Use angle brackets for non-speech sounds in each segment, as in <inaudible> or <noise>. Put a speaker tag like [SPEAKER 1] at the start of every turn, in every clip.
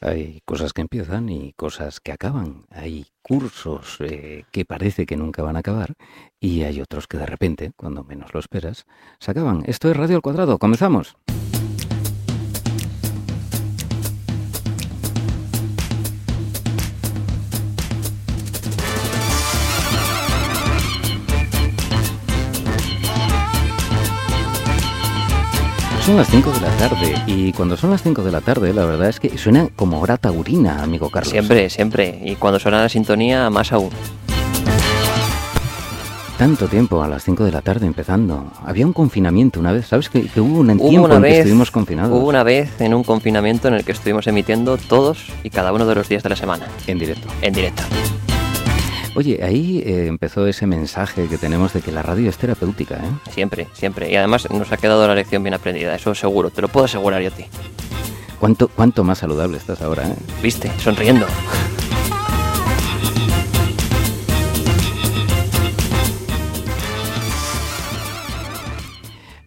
[SPEAKER 1] Hay cosas que empiezan y cosas que acaban. Hay cursos eh, que parece que nunca van a acabar y hay otros que de repente, cuando menos lo esperas, se acaban. Esto es Radio al Cuadrado. Comenzamos. Son las 5 de la tarde y cuando son las 5 de la tarde la verdad es que suena como hora taurina, amigo Carlos.
[SPEAKER 2] Siempre, siempre. Y cuando suena la sintonía, más aún.
[SPEAKER 1] Tanto tiempo a las 5 de la tarde empezando. Había un confinamiento una vez, ¿sabes? Que, que hubo un
[SPEAKER 2] Hubo
[SPEAKER 1] tiempo
[SPEAKER 2] una
[SPEAKER 1] en que
[SPEAKER 2] vez-
[SPEAKER 1] estuvimos confinados.
[SPEAKER 2] Hubo una vez en un confinamiento en el que estuvimos emitiendo todos y cada uno de los días de la semana,
[SPEAKER 1] En directo.
[SPEAKER 2] en directo.
[SPEAKER 1] Oye, ahí eh, empezó ese mensaje que tenemos de que la radio es terapéutica, ¿eh?
[SPEAKER 2] Siempre, siempre. Y además nos ha quedado la lección bien aprendida, eso seguro, te lo puedo asegurar yo a ti.
[SPEAKER 1] ¿Cuánto, cuánto más saludable estás ahora, ¿eh?
[SPEAKER 2] ¿Viste? Sonriendo.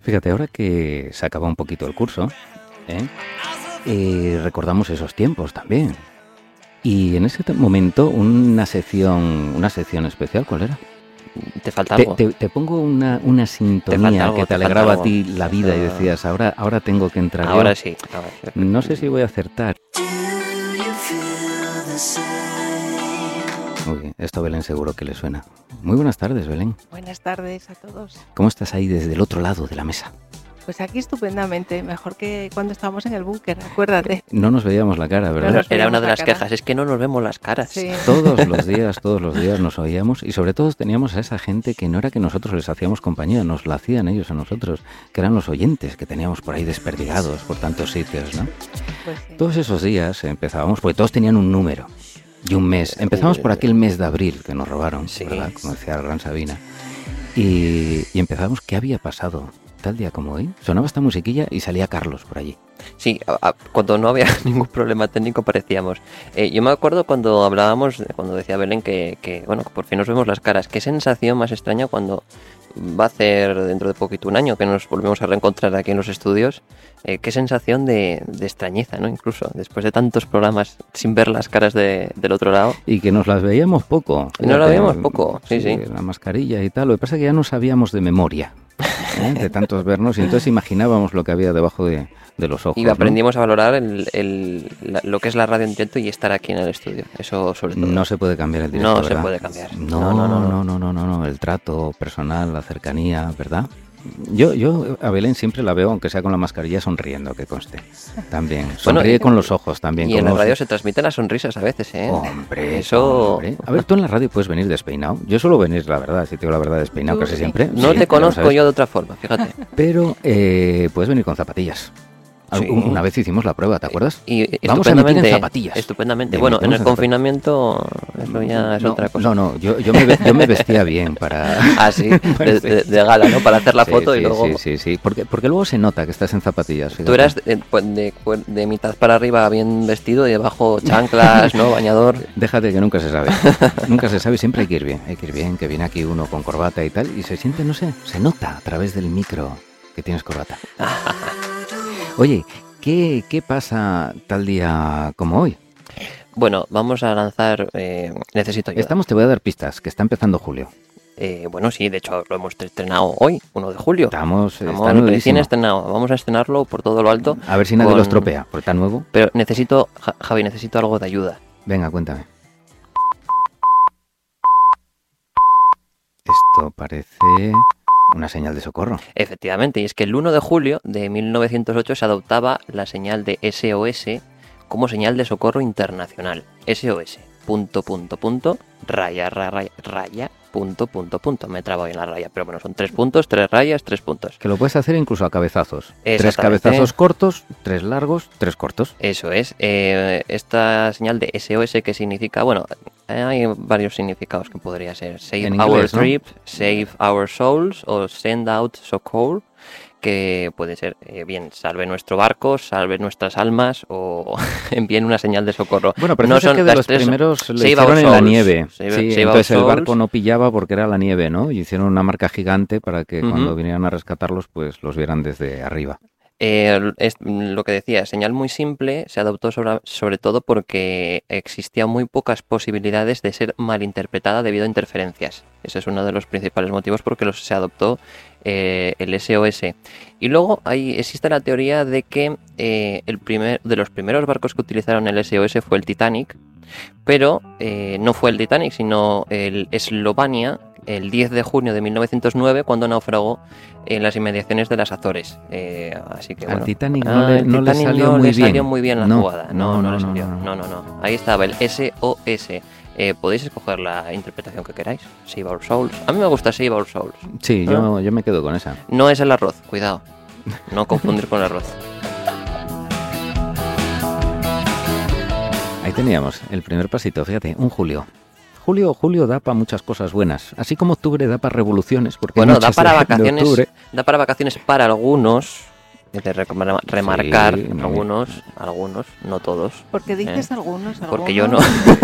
[SPEAKER 1] Fíjate, ahora que se acaba un poquito el curso, ¿eh? Eh, recordamos esos tiempos también. Y en ese t- momento una sección, una sección especial, ¿cuál era?
[SPEAKER 2] Te falta
[SPEAKER 1] Te,
[SPEAKER 2] algo.
[SPEAKER 1] te- te pongo una, una sintonía
[SPEAKER 2] algo,
[SPEAKER 1] que
[SPEAKER 2] te
[SPEAKER 1] te
[SPEAKER 2] falta
[SPEAKER 1] alegraba
[SPEAKER 2] algo.
[SPEAKER 1] a ti la vida y
[SPEAKER 2] Ah.
[SPEAKER 1] decías, ahora, ahora tengo que entrar. yo".
[SPEAKER 2] Ahora sí. a ver.
[SPEAKER 1] No sé si voy a acertar. Muy bien, esto a Belén seguro que le suena. Muy buenas tardes, Belén.
[SPEAKER 3] Buenas tardes a todos.
[SPEAKER 1] ¿Cómo estás ahí desde el otro lado de la mesa?
[SPEAKER 3] Pues aquí estupendamente, mejor que cuando estábamos en el búnker, acuérdate.
[SPEAKER 1] No nos veíamos la cara, ¿verdad?
[SPEAKER 3] nos
[SPEAKER 2] Era una
[SPEAKER 3] veíamos
[SPEAKER 2] de
[SPEAKER 3] la
[SPEAKER 2] las
[SPEAKER 3] cara.
[SPEAKER 2] quejas, es que no nos vemos las caras.
[SPEAKER 3] Sí.
[SPEAKER 1] Todos los días, todos los días nos oíamos y sobre todo teníamos a esa gente que no era que nosotros les hacíamos compañía, nos la hacían ellos a nosotros, que eran los oyentes que teníamos por ahí desperdigados por tantos sitios, ¿no?
[SPEAKER 3] Pues sí.
[SPEAKER 1] Todos esos días empezábamos, porque todos tenían un número y un mes. Empezamos por aquel mes de abril que nos robaron,
[SPEAKER 2] Sí.
[SPEAKER 1] ¿verdad? Como decía la gran Sabina. Y, y empezamos, ¿qué había pasado? Tal día como hoy, sonaba esta musiquilla y salía Carlos por allí.
[SPEAKER 2] Sí, a- a- cuando no había <laughs> ningún problema técnico parecíamos. Eh, yo me acuerdo cuando hablábamos, cuando decía Belén que, que, bueno, que por fin nos vemos las caras. Qué sensación más extraña cuando va a hacer dentro de poquito un año que nos volvemos a reencontrar aquí en los estudios. Eh, qué sensación de, de extrañeza, ¿no? Incluso después de tantos programas sin ver las caras de- del otro lado.
[SPEAKER 1] Y que nos las veíamos poco.
[SPEAKER 2] Y nos
[SPEAKER 1] Fíjate,
[SPEAKER 2] las veíamos poco, sí, sí.
[SPEAKER 1] La mascarilla y tal. Lo que pasa es que ya no sabíamos de memoria, ¿eh? de tantos vernos, y entonces imaginábamos lo que había debajo de, de los ojos.
[SPEAKER 2] Y
[SPEAKER 1] ¿no?
[SPEAKER 2] aprendimos a valorar el- el- la- lo que es la radio en directo y estar aquí en el estudio. Eso sobre todo.
[SPEAKER 1] No se puede cambiar el directo,
[SPEAKER 2] No se
[SPEAKER 1] ¿verdad?
[SPEAKER 2] puede cambiar.
[SPEAKER 1] No, no, no, no, no, no, no, no. El trato personal, la cercanía, ¿verdad? Yo, yo a Belén siempre la veo, aunque sea con la mascarilla, sonriendo, que conste. También. Sonríe
[SPEAKER 2] y-
[SPEAKER 1] con los ojos también.
[SPEAKER 2] y en la
[SPEAKER 1] como-
[SPEAKER 2] radio se transmiten las sonrisas a veces, ¿eh?
[SPEAKER 1] Hombre,
[SPEAKER 2] eso.
[SPEAKER 1] hombre. A ver, tú en la radio puedes venir despeinado. Yo suelo venir, la verdad, si te digo la verdad, despeinado
[SPEAKER 3] Tú
[SPEAKER 1] casi
[SPEAKER 3] sí.
[SPEAKER 1] siempre.
[SPEAKER 2] No
[SPEAKER 1] Sí,
[SPEAKER 2] te
[SPEAKER 1] pero,
[SPEAKER 2] conozco
[SPEAKER 1] ¿sabes?
[SPEAKER 2] yo de otra forma,
[SPEAKER 1] <laughs>
[SPEAKER 2] fíjate.
[SPEAKER 1] Pero eh, puedes venir con zapatillas. Al-
[SPEAKER 2] Sí.
[SPEAKER 1] Una vez hicimos la prueba, ¿te acuerdas?
[SPEAKER 2] Y
[SPEAKER 1] Vamos a emitir en
[SPEAKER 2] estupendamente.
[SPEAKER 1] zapatillas.
[SPEAKER 2] Estupendamente.
[SPEAKER 1] Bien,
[SPEAKER 2] Bueno, en
[SPEAKER 1] emitimos
[SPEAKER 2] el
[SPEAKER 1] en
[SPEAKER 2] confinamiento eso ya es
[SPEAKER 1] no,
[SPEAKER 2] otra cosa.
[SPEAKER 1] No, no, yo, yo, me, ve- yo me vestía bien para... <laughs>
[SPEAKER 2] Así, de, de- de gala, ¿no? Para hacer <laughs> la
[SPEAKER 1] Sí,
[SPEAKER 2] foto y
[SPEAKER 1] sí,
[SPEAKER 2] luego.
[SPEAKER 1] Sí, sí, sí. Porque, porque luego se nota que estás en zapatillas.
[SPEAKER 2] Tú
[SPEAKER 1] fíjate.
[SPEAKER 2] eras de, pues, de cuer- de mitad para arriba bien vestido y debajo chanclas, ¿no? Bañador.
[SPEAKER 1] <laughs> Déjate que nunca se sabe. nunca se sabe, siempre hay que ir bien. Hay que ir bien, que viene aquí uno con corbata y tal. Y se siente, no sé, se nota a través del micro que tienes corbata. Oye, ¿qué, qué pasa tal día como hoy?
[SPEAKER 2] Bueno, vamos a lanzar. eh, necesito ayuda.
[SPEAKER 1] Estamos, te voy a dar pistas, que está empezando julio.
[SPEAKER 2] Eh, bueno, sí, de hecho lo hemos estrenado hoy, 1 de julio.
[SPEAKER 1] Estamos, eh,
[SPEAKER 2] Estamos
[SPEAKER 1] está
[SPEAKER 2] recién
[SPEAKER 1] nuevísimo.
[SPEAKER 2] estrenado. Vamos a estrenarlo por todo lo alto.
[SPEAKER 1] A ver si nadie
[SPEAKER 2] con-
[SPEAKER 1] lo estropea, porque está nuevo.
[SPEAKER 2] Pero necesito, Ja- Javi, necesito algo de ayuda.
[SPEAKER 1] Venga, cuéntame. Esto parece una señal de socorro.
[SPEAKER 2] Efectivamente, y es que el 1 de julio de 1908 se adoptaba la señal de SOS como señal de socorro internacional. SOS, punto, punto, punto, raya, ra- raya, raya, punto, punto, punto. Me trabo ahí en la raya, pero bueno, son tres puntos, tres rayas, tres puntos.
[SPEAKER 1] Que lo puedes hacer incluso a cabezazos. Tres
[SPEAKER 2] Exactamente.
[SPEAKER 1] cabezazos cortos, tres largos, tres cortos.
[SPEAKER 2] Eso es, eh, esta señal de SOS que significa, bueno, eh, hay varios significados que podría ser. Save
[SPEAKER 1] En
[SPEAKER 2] our
[SPEAKER 1] inglés, ¿no?
[SPEAKER 2] trip, save our souls o send out socorro, que puede ser, eh, bien, salve nuestro barco, salve nuestras almas o <laughs> envíen una señal de socorro.
[SPEAKER 1] Bueno, pero
[SPEAKER 2] No
[SPEAKER 1] no que de
[SPEAKER 2] las
[SPEAKER 1] los
[SPEAKER 2] tres-
[SPEAKER 1] primeros lo
[SPEAKER 2] Save
[SPEAKER 1] hicieron
[SPEAKER 2] Our
[SPEAKER 1] en la
[SPEAKER 2] Souls.
[SPEAKER 1] nieve. Sí,
[SPEAKER 2] Save- Save Our
[SPEAKER 1] entonces el
[SPEAKER 2] Souls.
[SPEAKER 1] barco no pillaba porque era la nieve, ¿no? Y hicieron una marca gigante para que
[SPEAKER 2] Ujú.
[SPEAKER 1] cuando vinieran a rescatarlos, pues los vieran desde arriba.
[SPEAKER 2] Eh, es lo que decía, señal muy simple, se adoptó sobre, sobre todo porque existían muy pocas posibilidades de ser malinterpretada debido a interferencias. Ese es uno de los principales motivos porque los, se adoptó eh, el SOS. Y luego hay, existe la teoría de que eh, el primer, de los primeros barcos que utilizaron el SOS fue el Titanic, pero eh, no fue el Titanic, sino el Eslovania, el 10 de junio de 1909 cuando naufragó en las inmediaciones de las Azores. Eh, así que,
[SPEAKER 1] Al
[SPEAKER 2] bueno, Ah,
[SPEAKER 1] Titanic no le- no le salió muy bien.
[SPEAKER 2] bien la
[SPEAKER 1] No,
[SPEAKER 2] jugada.
[SPEAKER 1] no,
[SPEAKER 2] No, no,
[SPEAKER 1] no,
[SPEAKER 2] le
[SPEAKER 1] no,
[SPEAKER 2] salió.
[SPEAKER 1] no,
[SPEAKER 2] no, no, no. Ahí estaba el SOS. Eh, podéis escoger la interpretación que queráis. Save Our Souls. A mí me gusta Save Our Souls.
[SPEAKER 1] Sí, yo, yo me quedo con esa.
[SPEAKER 2] No es el arroz, cuidado. No confundir con
[SPEAKER 1] <laughs>
[SPEAKER 2] el arroz.
[SPEAKER 1] Ahí teníamos el primer pasito, fíjate, un julio. Julio, julio da para muchas cosas buenas, así como octubre da para revoluciones, porque
[SPEAKER 2] Bueno,
[SPEAKER 1] hay
[SPEAKER 2] da
[SPEAKER 1] muchas
[SPEAKER 2] para
[SPEAKER 1] de- de
[SPEAKER 2] vacaciones.
[SPEAKER 1] octubre.
[SPEAKER 2] Da para vacaciones para algunos. Es de recom- remarcar
[SPEAKER 1] Sí, muy-
[SPEAKER 2] algunos, algunos, no todos.
[SPEAKER 3] Porque dices algunos, algunos.
[SPEAKER 2] Porque yo no.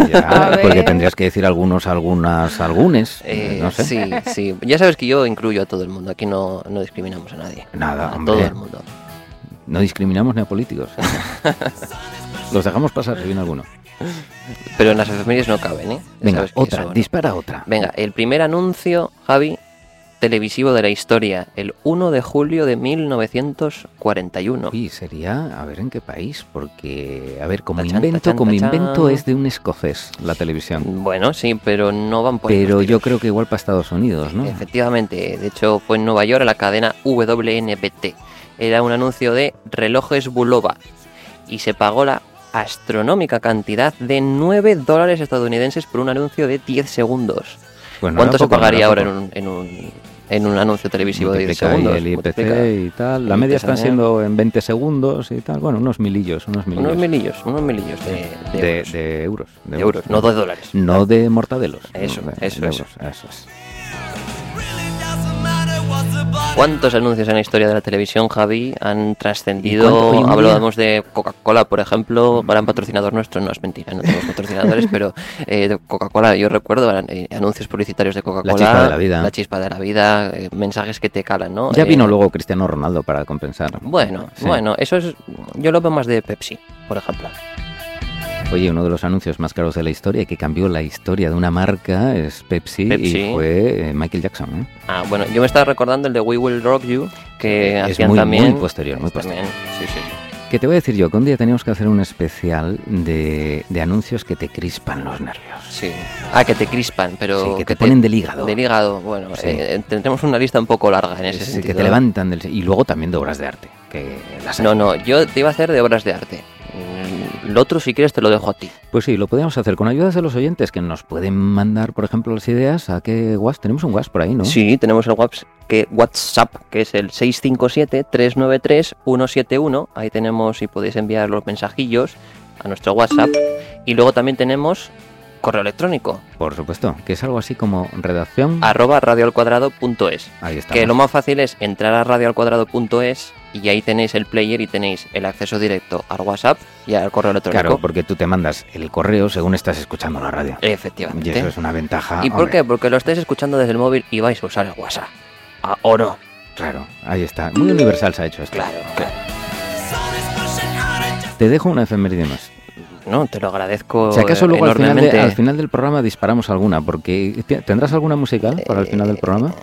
[SPEAKER 1] Ya,
[SPEAKER 3] A ver.
[SPEAKER 1] porque tendrías que decir algunos, algunas, algunes,
[SPEAKER 2] <laughs> Eh,
[SPEAKER 1] no sé.
[SPEAKER 2] Sí, sí. Ya sabes que yo incluyo a todo el mundo. Aquí no, no discriminamos a nadie.
[SPEAKER 1] Nada,
[SPEAKER 2] A
[SPEAKER 1] hombre.
[SPEAKER 2] todo el mundo.
[SPEAKER 1] No discriminamos ni a políticos.
[SPEAKER 2] <laughs>
[SPEAKER 1] Los dejamos pasar si viene alguno.
[SPEAKER 2] Pero en las efemérides no caben, ¿eh? Ya
[SPEAKER 1] Venga,
[SPEAKER 2] sabes que
[SPEAKER 1] otra,
[SPEAKER 2] eso no.
[SPEAKER 1] dispara otra.
[SPEAKER 2] Venga, el primer anuncio, Javi, televisivo de la historia. El 1 de julio de 1941.
[SPEAKER 1] Uy, sería, a ver en qué país, porque, a ver, como
[SPEAKER 2] Tachán,
[SPEAKER 1] invento,
[SPEAKER 2] tachán,
[SPEAKER 1] como
[SPEAKER 2] tachán.
[SPEAKER 1] invento es de un escocés la televisión.
[SPEAKER 2] Bueno, sí, pero no van por ahí
[SPEAKER 1] Pero
[SPEAKER 2] los
[SPEAKER 1] yo
[SPEAKER 2] tiros.
[SPEAKER 1] creo que igual para Estados Unidos, ¿no?
[SPEAKER 2] Efectivamente, de hecho fue en Nueva York a la cadena WNPT. Era un anuncio de relojes Bulova y se pagó la astronómica cantidad de 9 dólares estadounidenses por un anuncio de 10 segundos.
[SPEAKER 1] Pues no era
[SPEAKER 2] ¿Cuánto se
[SPEAKER 1] poco, no era
[SPEAKER 2] pagaría ahora en
[SPEAKER 1] poco.
[SPEAKER 2] un, en, un, en un anuncio televisivo de 10
[SPEAKER 1] Multiplica ahí
[SPEAKER 2] segundos?
[SPEAKER 1] el IPC
[SPEAKER 2] Multiplica.
[SPEAKER 1] y tal. La
[SPEAKER 2] El
[SPEAKER 1] media
[SPEAKER 2] IPC
[SPEAKER 1] están
[SPEAKER 2] también.
[SPEAKER 1] siendo en 20 segundos y tal. Bueno, unos milillos, unos milillos.
[SPEAKER 2] Unos milillos, unos milillos de, de
[SPEAKER 1] de,
[SPEAKER 2] euros.
[SPEAKER 1] de euros.
[SPEAKER 2] De euros, no de dólares.
[SPEAKER 1] No de mortadelos.
[SPEAKER 2] Eso,
[SPEAKER 1] no, de-
[SPEAKER 2] eso,
[SPEAKER 1] de
[SPEAKER 2] eso.
[SPEAKER 1] euros, eso es.
[SPEAKER 2] ¿Cuántos anuncios en la historia de la televisión, Javi, han
[SPEAKER 1] ¿Y cuánto? Oye,
[SPEAKER 2] trascendido?
[SPEAKER 1] un
[SPEAKER 2] Hablábamos de Coca-Cola, por ejemplo, gran patrocinador nuestro, no es mentira, no tenemos
[SPEAKER 1] <laughs>
[SPEAKER 2] patrocinadores, pero eh, de Coca-Cola, yo recuerdo eh, anuncios publicitarios de Coca-Cola.
[SPEAKER 1] La chispa de la vida.
[SPEAKER 2] La chispa de la vida, eh, mensajes que te calan, ¿no?
[SPEAKER 1] Ya
[SPEAKER 2] Eh,
[SPEAKER 1] vino luego Cristiano Ronaldo para compensar.
[SPEAKER 2] Bueno,
[SPEAKER 1] Sí.
[SPEAKER 2] bueno, eso es. Yo lo veo más de Pepsi, por ejemplo.
[SPEAKER 1] Oye, uno de los anuncios más caros de la historia que cambió la historia de una marca es Pepsi, y
[SPEAKER 2] Pepsi.
[SPEAKER 1] fue eh, Michael Jackson. ¿eh?
[SPEAKER 2] Ah, bueno, yo me estaba recordando el de We Will Rock You, que
[SPEAKER 1] Es
[SPEAKER 2] hacían
[SPEAKER 1] muy,
[SPEAKER 2] también.
[SPEAKER 1] muy posterior, muy posterior.
[SPEAKER 2] También, sí, sí.
[SPEAKER 1] Que te voy a decir yo que un día teníamos que hacer un especial de, de anuncios que te crispan los nervios.
[SPEAKER 2] Sí. Ah, que te crispan, pero.
[SPEAKER 1] Sí, que te ponen del hígado.
[SPEAKER 2] Del hígado, bueno,
[SPEAKER 1] Sí.
[SPEAKER 2] eh, tendremos una lista un poco larga en ese
[SPEAKER 1] Sí,
[SPEAKER 2] sentido.
[SPEAKER 1] que te levantan del... Y luego también de obras de arte. Que las hay.
[SPEAKER 2] No, no, yo te iba a hacer de obras de arte. Mm, Lo otro, si quieres, te lo dejo a ti.
[SPEAKER 1] Pues sí, lo podríamos hacer con ayudas de los oyentes que nos pueden mandar, por ejemplo, las ideas a qué WhatsApp. Tenemos un WhatsApp por ahí, ¿no?
[SPEAKER 2] Sí, tenemos el WhatsApp que, WhatsApp, que es el 657-393-171. Ahí tenemos y podéis enviar los mensajillos a nuestro WhatsApp. Y luego también tenemos correo electrónico,
[SPEAKER 1] Por supuesto, que es algo así como redacción.
[SPEAKER 2] arroba radioalcuadrado.es.
[SPEAKER 1] Ahí está.
[SPEAKER 2] Que lo más fácil es entrar a radioalcuadrado.es y ahí tenéis el player y tenéis el acceso directo al WhatsApp y al correo electrónico.
[SPEAKER 1] Claro, porque tú te mandas el correo según estás escuchando la radio. Y
[SPEAKER 2] Efectivamente.
[SPEAKER 1] eso es una ventaja.
[SPEAKER 2] ¿Y por
[SPEAKER 1] hombre.
[SPEAKER 2] qué? Porque lo estáis escuchando desde el móvil y vais a usar el WhatsApp. Ah, ¿O no?
[SPEAKER 1] Claro, ahí está. Muy universal se ha hecho esto.
[SPEAKER 2] Claro, claro.
[SPEAKER 1] Te dejo una efeméride más.
[SPEAKER 2] No, te lo agradezco.
[SPEAKER 1] Si acaso luego al final, de-
[SPEAKER 2] enormemente.
[SPEAKER 1] al final del programa disparamos alguna, porque ¿te- ¿tendrás alguna musical para el final
[SPEAKER 2] Eh,
[SPEAKER 1] del programa?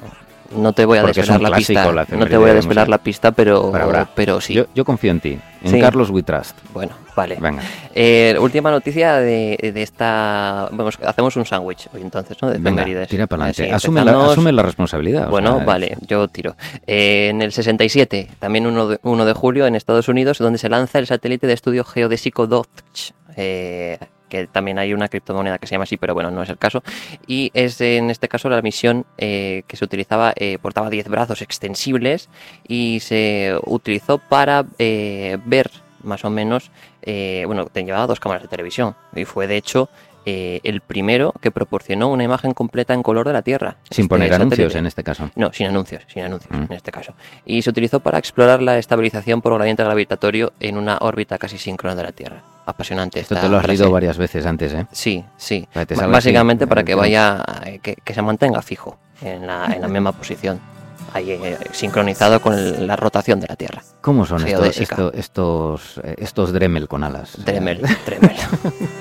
[SPEAKER 2] No te voy a
[SPEAKER 1] Porque es
[SPEAKER 2] desvelar
[SPEAKER 1] un
[SPEAKER 2] la
[SPEAKER 1] clásico,
[SPEAKER 2] pista.
[SPEAKER 1] la
[SPEAKER 2] no te
[SPEAKER 1] efeméride
[SPEAKER 2] voy a
[SPEAKER 1] de
[SPEAKER 2] desvelar
[SPEAKER 1] música.
[SPEAKER 2] la pista, pero,
[SPEAKER 1] Pero habrá.
[SPEAKER 2] pero sí.
[SPEAKER 1] Yo, yo confío en ti, en
[SPEAKER 2] Sí.
[SPEAKER 1] Carlos We Trust.
[SPEAKER 2] Bueno, vale.
[SPEAKER 1] Venga.
[SPEAKER 2] Eh, última noticia de, de esta. Vamos, hacemos un sándwich hoy entonces, ¿no? De
[SPEAKER 1] Venga,
[SPEAKER 2] efemérides.
[SPEAKER 1] tira para adelante.
[SPEAKER 2] Así,
[SPEAKER 1] Asume la,
[SPEAKER 2] empezamos.
[SPEAKER 1] asume la responsabilidad. o
[SPEAKER 2] Bueno,
[SPEAKER 1] sea,
[SPEAKER 2] vale, yo tiro. Eh, en el 67, también 1 de, 1 de julio, en Estados Unidos, donde se lanza el satélite de estudio geodésico DOTCH, eh, que también hay una criptomoneda que se llama así, pero bueno, no es el caso. Y es eh, en este caso la misión eh, que se utilizaba, eh, portaba 10 brazos extensibles y se utilizó para eh, ver más o menos, eh, bueno, te llevaba dos cámaras de televisión y fue de hecho... eh, el primero que proporcionó una imagen completa en color de la Tierra.
[SPEAKER 1] Sin
[SPEAKER 2] Este
[SPEAKER 1] poner anuncios
[SPEAKER 2] satélite.
[SPEAKER 1] en este caso.
[SPEAKER 2] No, sin anuncios, sin anuncios
[SPEAKER 1] Mm.
[SPEAKER 2] en este caso. Y se utilizó para explorar la estabilización por gradiente gravitatorio en una órbita casi síncrona de la Tierra. Apasionante.
[SPEAKER 1] Esto
[SPEAKER 2] esta
[SPEAKER 1] te lo has
[SPEAKER 2] frase.
[SPEAKER 1] leído varias veces antes, ¿eh?
[SPEAKER 2] Sí, sí.
[SPEAKER 1] Para que te
[SPEAKER 2] Ba-
[SPEAKER 1] salga así,
[SPEAKER 2] Básicamente
[SPEAKER 1] eh,
[SPEAKER 2] para que
[SPEAKER 1] tienes-
[SPEAKER 2] vaya, eh, que, que se mantenga fijo en la, en la misma posición. ahí, eh, sincronizado con el- la rotación de la Tierra.
[SPEAKER 1] ¿Cómo son estos,
[SPEAKER 2] Geodésica.
[SPEAKER 1] esto- estos, eh, estos Dremel con alas?
[SPEAKER 2] Tremel, tremel.
[SPEAKER 1] <laughs>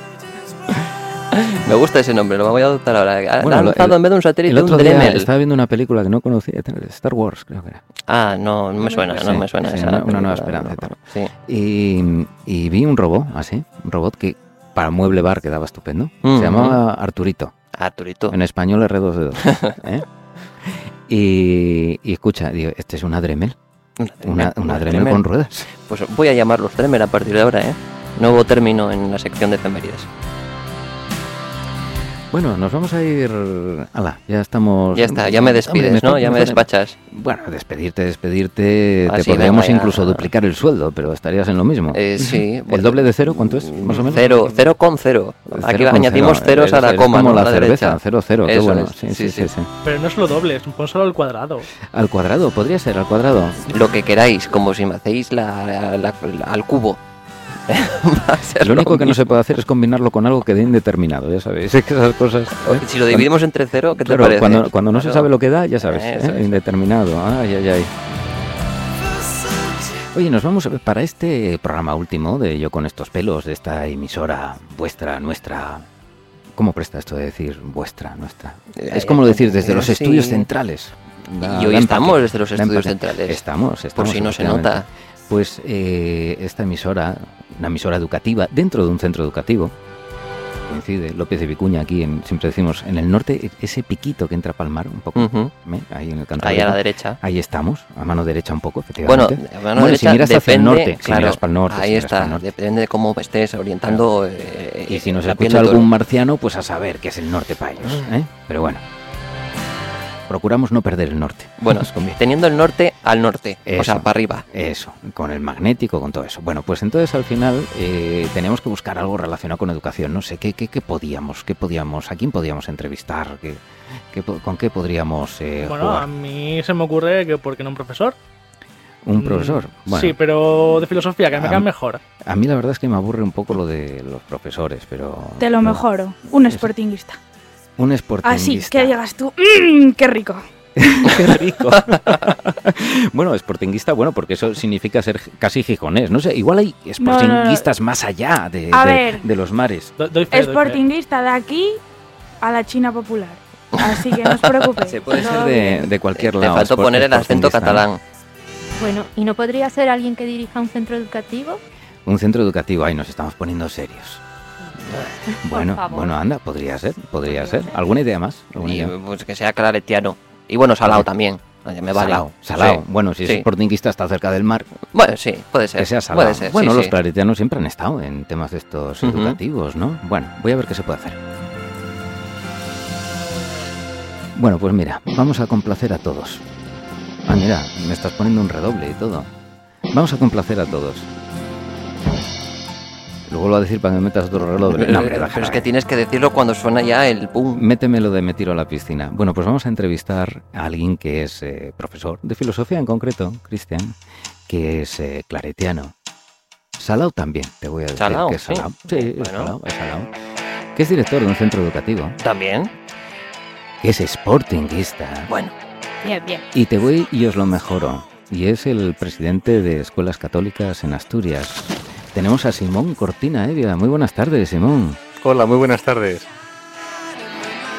[SPEAKER 2] Me gusta ese nombre, lo voy a adoptar ahora. Ha
[SPEAKER 1] Bueno,
[SPEAKER 2] ha
[SPEAKER 1] lo-
[SPEAKER 2] lanzado
[SPEAKER 1] el-
[SPEAKER 2] en vez de un
[SPEAKER 1] El
[SPEAKER 2] satélite un
[SPEAKER 1] otro día
[SPEAKER 2] Dremel.
[SPEAKER 1] estaba viendo una película que no conocía, Star Wars creo que era.
[SPEAKER 2] Ah, no, no me suena, no
[SPEAKER 1] Sí,
[SPEAKER 2] me suena
[SPEAKER 1] sí,
[SPEAKER 2] esa.
[SPEAKER 1] una- una nueva
[SPEAKER 2] película,
[SPEAKER 1] esperanza,
[SPEAKER 2] no.
[SPEAKER 1] tal.
[SPEAKER 2] Sí.
[SPEAKER 1] Y, y vi un robot así, un robot que para mueble bar quedaba estupendo.
[SPEAKER 2] Ujú.
[SPEAKER 1] Se llamaba Arturito,
[SPEAKER 2] Arturito.
[SPEAKER 1] en español
[SPEAKER 2] <laughs>
[SPEAKER 1] R2D2. ¿eh? Y, y escucha, digo, este es una Dremel,
[SPEAKER 2] Una,
[SPEAKER 1] una, una Dremel
[SPEAKER 2] Dremel.
[SPEAKER 1] con ruedas.
[SPEAKER 2] Pues voy a llamarlos Dremel a partir de ahora, ¿eh? Nuevo término en la sección de efemérides.
[SPEAKER 1] Bueno, nos vamos a ir. Ala, ya estamos.
[SPEAKER 2] Ya está, ya me despides,
[SPEAKER 1] Hombre,
[SPEAKER 2] ¿no?
[SPEAKER 1] mejor-
[SPEAKER 2] Ya me
[SPEAKER 1] mejor-
[SPEAKER 2] despachas.
[SPEAKER 1] Bueno, despedirte, despedirte.
[SPEAKER 2] Ah,
[SPEAKER 1] te
[SPEAKER 2] sí,
[SPEAKER 1] podríamos
[SPEAKER 2] venga, ya.
[SPEAKER 1] incluso duplicar el sueldo, pero estarías en lo mismo.
[SPEAKER 2] Eh,
[SPEAKER 1] <laughs>
[SPEAKER 2] sí.
[SPEAKER 1] ¿El doble de cero cuánto es? Más o menos.
[SPEAKER 2] Cero, cero con cero.
[SPEAKER 1] Cero
[SPEAKER 2] Aquí
[SPEAKER 1] con
[SPEAKER 2] añadimos
[SPEAKER 1] cero. eh,
[SPEAKER 2] ceros a la
[SPEAKER 1] Es- es
[SPEAKER 2] coma,
[SPEAKER 1] Como
[SPEAKER 2] ¿no?
[SPEAKER 1] la,
[SPEAKER 2] a la
[SPEAKER 1] cerveza,
[SPEAKER 2] derecha.
[SPEAKER 1] cero, cero. qué
[SPEAKER 2] Eso
[SPEAKER 1] bueno.
[SPEAKER 2] es,
[SPEAKER 1] Sí
[SPEAKER 2] sí,
[SPEAKER 1] sí,
[SPEAKER 2] sí.
[SPEAKER 1] sí, sí.
[SPEAKER 4] Pero no es lo doble, es un pon solo al cuadrado.
[SPEAKER 1] Al cuadrado, podría ser al cuadrado.
[SPEAKER 2] Lo que queráis, como si me hacéis la, la- la- la- al cubo. <laughs> Va a ser
[SPEAKER 1] Lo único que no
[SPEAKER 2] mismo.
[SPEAKER 1] se puede hacer es combinarlo con algo que dé indeterminado, ya sabéis. <laughs> Es que esas cosas. ¿eh?
[SPEAKER 2] Si lo dividimos entre cero, ¿qué
[SPEAKER 1] Claro,
[SPEAKER 2] te parece?
[SPEAKER 1] cuando, cuando no se
[SPEAKER 2] Claro.
[SPEAKER 1] sabe lo que da, ya sabes,
[SPEAKER 2] Eso
[SPEAKER 1] ¿eh?
[SPEAKER 2] es.
[SPEAKER 1] indeterminado. Ay, ay, ay. Oye, nos vamos a- para este programa último de Yo con estos pelos, de esta emisora vuestra, nuestra. ¿Cómo presta esto de decir vuestra, nuestra?
[SPEAKER 2] Eh,
[SPEAKER 1] Es como decir desde
[SPEAKER 2] eh,
[SPEAKER 1] los
[SPEAKER 2] sí.
[SPEAKER 1] estudios centrales. Da-
[SPEAKER 2] Y hoy
[SPEAKER 1] da empaque,
[SPEAKER 2] estamos desde los
[SPEAKER 1] da
[SPEAKER 2] estudios
[SPEAKER 1] empaque.
[SPEAKER 2] centrales.
[SPEAKER 1] Estamos,
[SPEAKER 2] por
[SPEAKER 1] estamos.
[SPEAKER 2] si no se
[SPEAKER 1] efectivamente.
[SPEAKER 2] nota.
[SPEAKER 1] Pues eh, esta emisora, una emisora educativa, dentro de un centro educativo, coincide López Eh, de Vicuña aquí, en, siempre decimos, en el norte, e-, ese piquito que entra a Palmar un poco,
[SPEAKER 2] Ujú.
[SPEAKER 1] ¿eh? ahí en el
[SPEAKER 2] Mm. Ahí a
[SPEAKER 1] Cantábrico.
[SPEAKER 2] la derecha.
[SPEAKER 1] Ahí estamos, a mano derecha un poco,
[SPEAKER 2] Bueno,
[SPEAKER 1] efectivamente.
[SPEAKER 2] a mano
[SPEAKER 1] Bueno, si
[SPEAKER 2] derecha
[SPEAKER 1] miras hacia el
[SPEAKER 2] depende-
[SPEAKER 1] norte, si
[SPEAKER 2] claro,
[SPEAKER 1] miras pa'l norte, si
[SPEAKER 2] Ahí
[SPEAKER 1] miras
[SPEAKER 2] está,
[SPEAKER 1] pa'l norte.
[SPEAKER 2] depende de cómo me estés orientando. eh,
[SPEAKER 1] y si nos
[SPEAKER 2] la piel
[SPEAKER 1] escucha
[SPEAKER 2] de toro. Mm.
[SPEAKER 1] algún marciano, pues a saber qué es el norte para ellos. ¿eh? Pero bueno, procuramos no perder el norte.
[SPEAKER 2] Bueno,
[SPEAKER 1] Nos pues conviene.
[SPEAKER 2] teniendo el norte al norte, o sea,
[SPEAKER 1] Eso.
[SPEAKER 2] para arriba.
[SPEAKER 1] Eso, con el magnético, con todo eso. Bueno, pues entonces al final eh, teníamos que buscar algo relacionado con educación. No sé, ¿qué, qué, qué podíamos? ¿Qué podíamos? ¿A quién podíamos entrevistar? ¿Qué, qué po- ¿Con qué podríamos eh,
[SPEAKER 4] Bueno, a
[SPEAKER 1] jugar?
[SPEAKER 4] mí se me ocurre que porque no un profesor.
[SPEAKER 1] ¿Un profesor?
[SPEAKER 4] Mm,
[SPEAKER 1] Bueno,
[SPEAKER 4] Sí, pero de filosofía, que me
[SPEAKER 1] Ah,
[SPEAKER 4] cae mejor.
[SPEAKER 1] a mí la verdad es que me aburre un poco lo de los profesores, pero...
[SPEAKER 5] Te lo
[SPEAKER 1] pero
[SPEAKER 5] mejoro. Un
[SPEAKER 1] Eso.
[SPEAKER 5] sportinguista.
[SPEAKER 1] Un
[SPEAKER 5] Así
[SPEAKER 1] esportinguista.
[SPEAKER 5] que llegas tú. ¡Mmm, ¡Qué rico!
[SPEAKER 1] <laughs> ¡Qué rico! <laughs> bueno, esportinguista, bueno, porque eso significa ser casi gijonés. No sé, igual hay esportinguistas más allá de-
[SPEAKER 5] A
[SPEAKER 1] de-
[SPEAKER 5] ver.
[SPEAKER 1] de los mares.
[SPEAKER 4] Do- doy fe, doy fe.
[SPEAKER 5] Sportinguista de aquí a la China popular. Así que no os preocupéis.
[SPEAKER 2] Se puede
[SPEAKER 5] todo
[SPEAKER 1] ser
[SPEAKER 5] bien.
[SPEAKER 1] de, de cualquier
[SPEAKER 2] Te
[SPEAKER 1] lado.
[SPEAKER 2] faltó
[SPEAKER 1] espor-
[SPEAKER 2] poner el acento
[SPEAKER 1] esportinguista, ¿no?
[SPEAKER 2] catalán.
[SPEAKER 6] Bueno, ¿y no podría ser alguien que dirija un centro educativo?
[SPEAKER 1] Un centro educativo, ahí nos estamos poniendo serios. Bueno,
[SPEAKER 6] favor.
[SPEAKER 1] bueno, anda, podría ser, podría ser. ¿Alguna idea más? ¿Alguna
[SPEAKER 2] Y
[SPEAKER 1] idea?
[SPEAKER 2] pues, que sea claretiano. Y bueno, salado también. Oye, me vale.
[SPEAKER 1] Salao, Salao.
[SPEAKER 2] Sí.
[SPEAKER 1] Bueno, si es
[SPEAKER 2] Sí.
[SPEAKER 1] sportinguista está cerca del mar,
[SPEAKER 2] Bueno, sí, puede ser.
[SPEAKER 1] que sea Salao.
[SPEAKER 2] Puede ser.
[SPEAKER 1] bueno,
[SPEAKER 2] sí,
[SPEAKER 1] los
[SPEAKER 2] sí.
[SPEAKER 1] claretianos siempre han estado en temas de estos
[SPEAKER 2] Ujú.
[SPEAKER 1] educativos, ¿no? Bueno, voy a ver qué se puede hacer. Bueno, pues mira, vamos a complacer a todos. Ah, mira, me estás poniendo un redoble y todo. Vamos a complacer a todos. Lo vuelvo a decir para que me metas otro redoble. No, hombre,
[SPEAKER 2] Pero
[SPEAKER 1] déjalo
[SPEAKER 2] es que
[SPEAKER 1] ahí.
[SPEAKER 2] tienes que decirlo cuando suena ya el pum.
[SPEAKER 1] Méteme lo de me tiro a la piscina. Bueno, pues vamos a entrevistar a alguien que es eh, profesor de filosofía en concreto, Cristian, que es eh, claretiano. Salao también, te voy a decir
[SPEAKER 2] Salao,
[SPEAKER 1] que es
[SPEAKER 2] sí.
[SPEAKER 1] Salao. Sí, es
[SPEAKER 2] Bueno.
[SPEAKER 1] Salao, es Salao. Que es director de un centro educativo,
[SPEAKER 2] También.
[SPEAKER 1] que es sportinguista.
[SPEAKER 2] Bueno,
[SPEAKER 6] Bien,
[SPEAKER 7] <laughs>
[SPEAKER 6] bien.
[SPEAKER 1] Y te voy y os lo mejoro. Y es el presidente de Escuelas Católicas en Asturias. Tenemos a Simón Cortina Evia. Muy buenas tardes, Simón.
[SPEAKER 8] Hola, muy buenas tardes.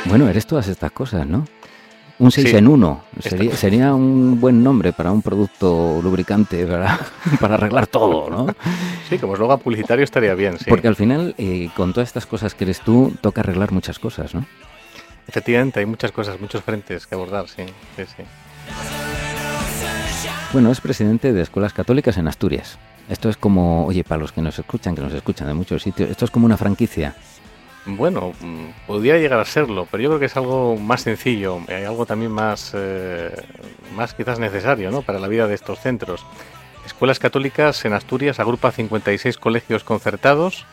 [SPEAKER 1] Bueno, eres todas estas cosas, ¿no? Un 6
[SPEAKER 8] Sí.
[SPEAKER 1] en 1. Sería, sería un buen nombre para un producto lubricante, para, <laughs> para arreglar todo, ¿no?
[SPEAKER 8] Sí, como eslogan publicitario estaría bien, sí.
[SPEAKER 1] Porque al final, eh, con todas estas cosas que eres tú, toca arreglar muchas cosas, ¿no?
[SPEAKER 8] Efectivamente, hay muchas cosas, muchos frentes que abordar, sí. sí, sí.
[SPEAKER 1] Bueno, es presidente de Escuelas Católicas en Asturias. Esto es como, oye, para los que nos escuchan, que nos escuchan de muchos sitios, esto es como una franquicia.
[SPEAKER 8] Bueno, mm, pudiera llegar a serlo, pero yo creo que es algo más sencillo, eh, algo también más, eh, más quizás necesario ¿no? para la vida de estos centros. Escuelas Católicas en Asturias agrupa 56 colegios concertados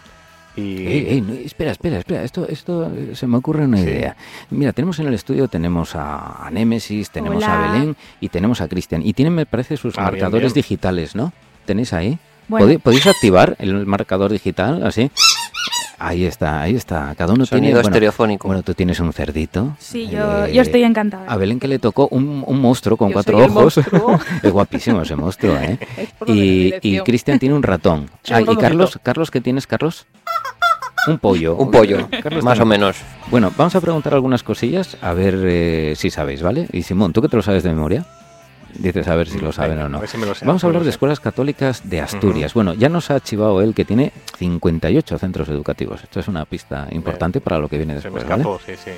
[SPEAKER 8] y...
[SPEAKER 1] Ey, ey, no, espera, espera, espera. Esto, esto eh, se me ocurre una
[SPEAKER 8] Sí.
[SPEAKER 1] idea. Mira, tenemos en el estudio, tenemos a, a Némesis, tenemos a
[SPEAKER 5] Hola.
[SPEAKER 1] Belén y tenemos a Cristian. Y tienen, me parece, sus
[SPEAKER 8] Ah, bien,
[SPEAKER 1] marcadores
[SPEAKER 8] bien.
[SPEAKER 1] digitales, ¿no? ¿Tenéis ahí?
[SPEAKER 5] Bueno,
[SPEAKER 1] ¿Podéis, podéis activar el marcador digital así? Ahí está, ahí está. Cada uno tiene.
[SPEAKER 2] Sonido
[SPEAKER 1] bueno,
[SPEAKER 2] estereofónico.
[SPEAKER 1] Bueno, tú tienes un cerdito.
[SPEAKER 5] Sí, yo,
[SPEAKER 1] Eh,
[SPEAKER 5] yo estoy encantada.
[SPEAKER 1] A Belén que le tocó un, un monstruo con
[SPEAKER 3] Yo
[SPEAKER 1] cuatro
[SPEAKER 3] soy el
[SPEAKER 1] ojos.
[SPEAKER 3] monstruo.
[SPEAKER 1] <laughs> es guapísimo ese monstruo, ¿eh?
[SPEAKER 3] Es por lo de la
[SPEAKER 1] Y, y
[SPEAKER 3] dirección.
[SPEAKER 1] Cristian tiene un
[SPEAKER 3] <laughs>
[SPEAKER 1] ratón.
[SPEAKER 4] Sí,
[SPEAKER 1] Ah,
[SPEAKER 4] un
[SPEAKER 1] ¿Y
[SPEAKER 4] ratoncito.
[SPEAKER 1] Carlos? Carlos, qué tienes, Carlos? Un pollo.
[SPEAKER 2] un pollo,
[SPEAKER 1] Carlos
[SPEAKER 2] más o
[SPEAKER 1] tiene-
[SPEAKER 2] menos.
[SPEAKER 1] Bueno, vamos a preguntar algunas cosillas, a ver eh, si sabéis, ¿vale? Y Simón, ¿tú que te lo sabes de memoria? Dices a ver si lo saben
[SPEAKER 8] Venga,
[SPEAKER 1] o no.
[SPEAKER 8] a ver si me lo sé,
[SPEAKER 1] Vamos a
[SPEAKER 8] no lo
[SPEAKER 1] hablar de
[SPEAKER 8] sé.
[SPEAKER 1] escuelas católicas de Asturias. Bueno, ya nos ha chivado él que tiene 58 centros educativos. Esto es una pista importante para lo que viene
[SPEAKER 8] Se me
[SPEAKER 1] después, ¿vale?
[SPEAKER 8] escapó, sí, sí.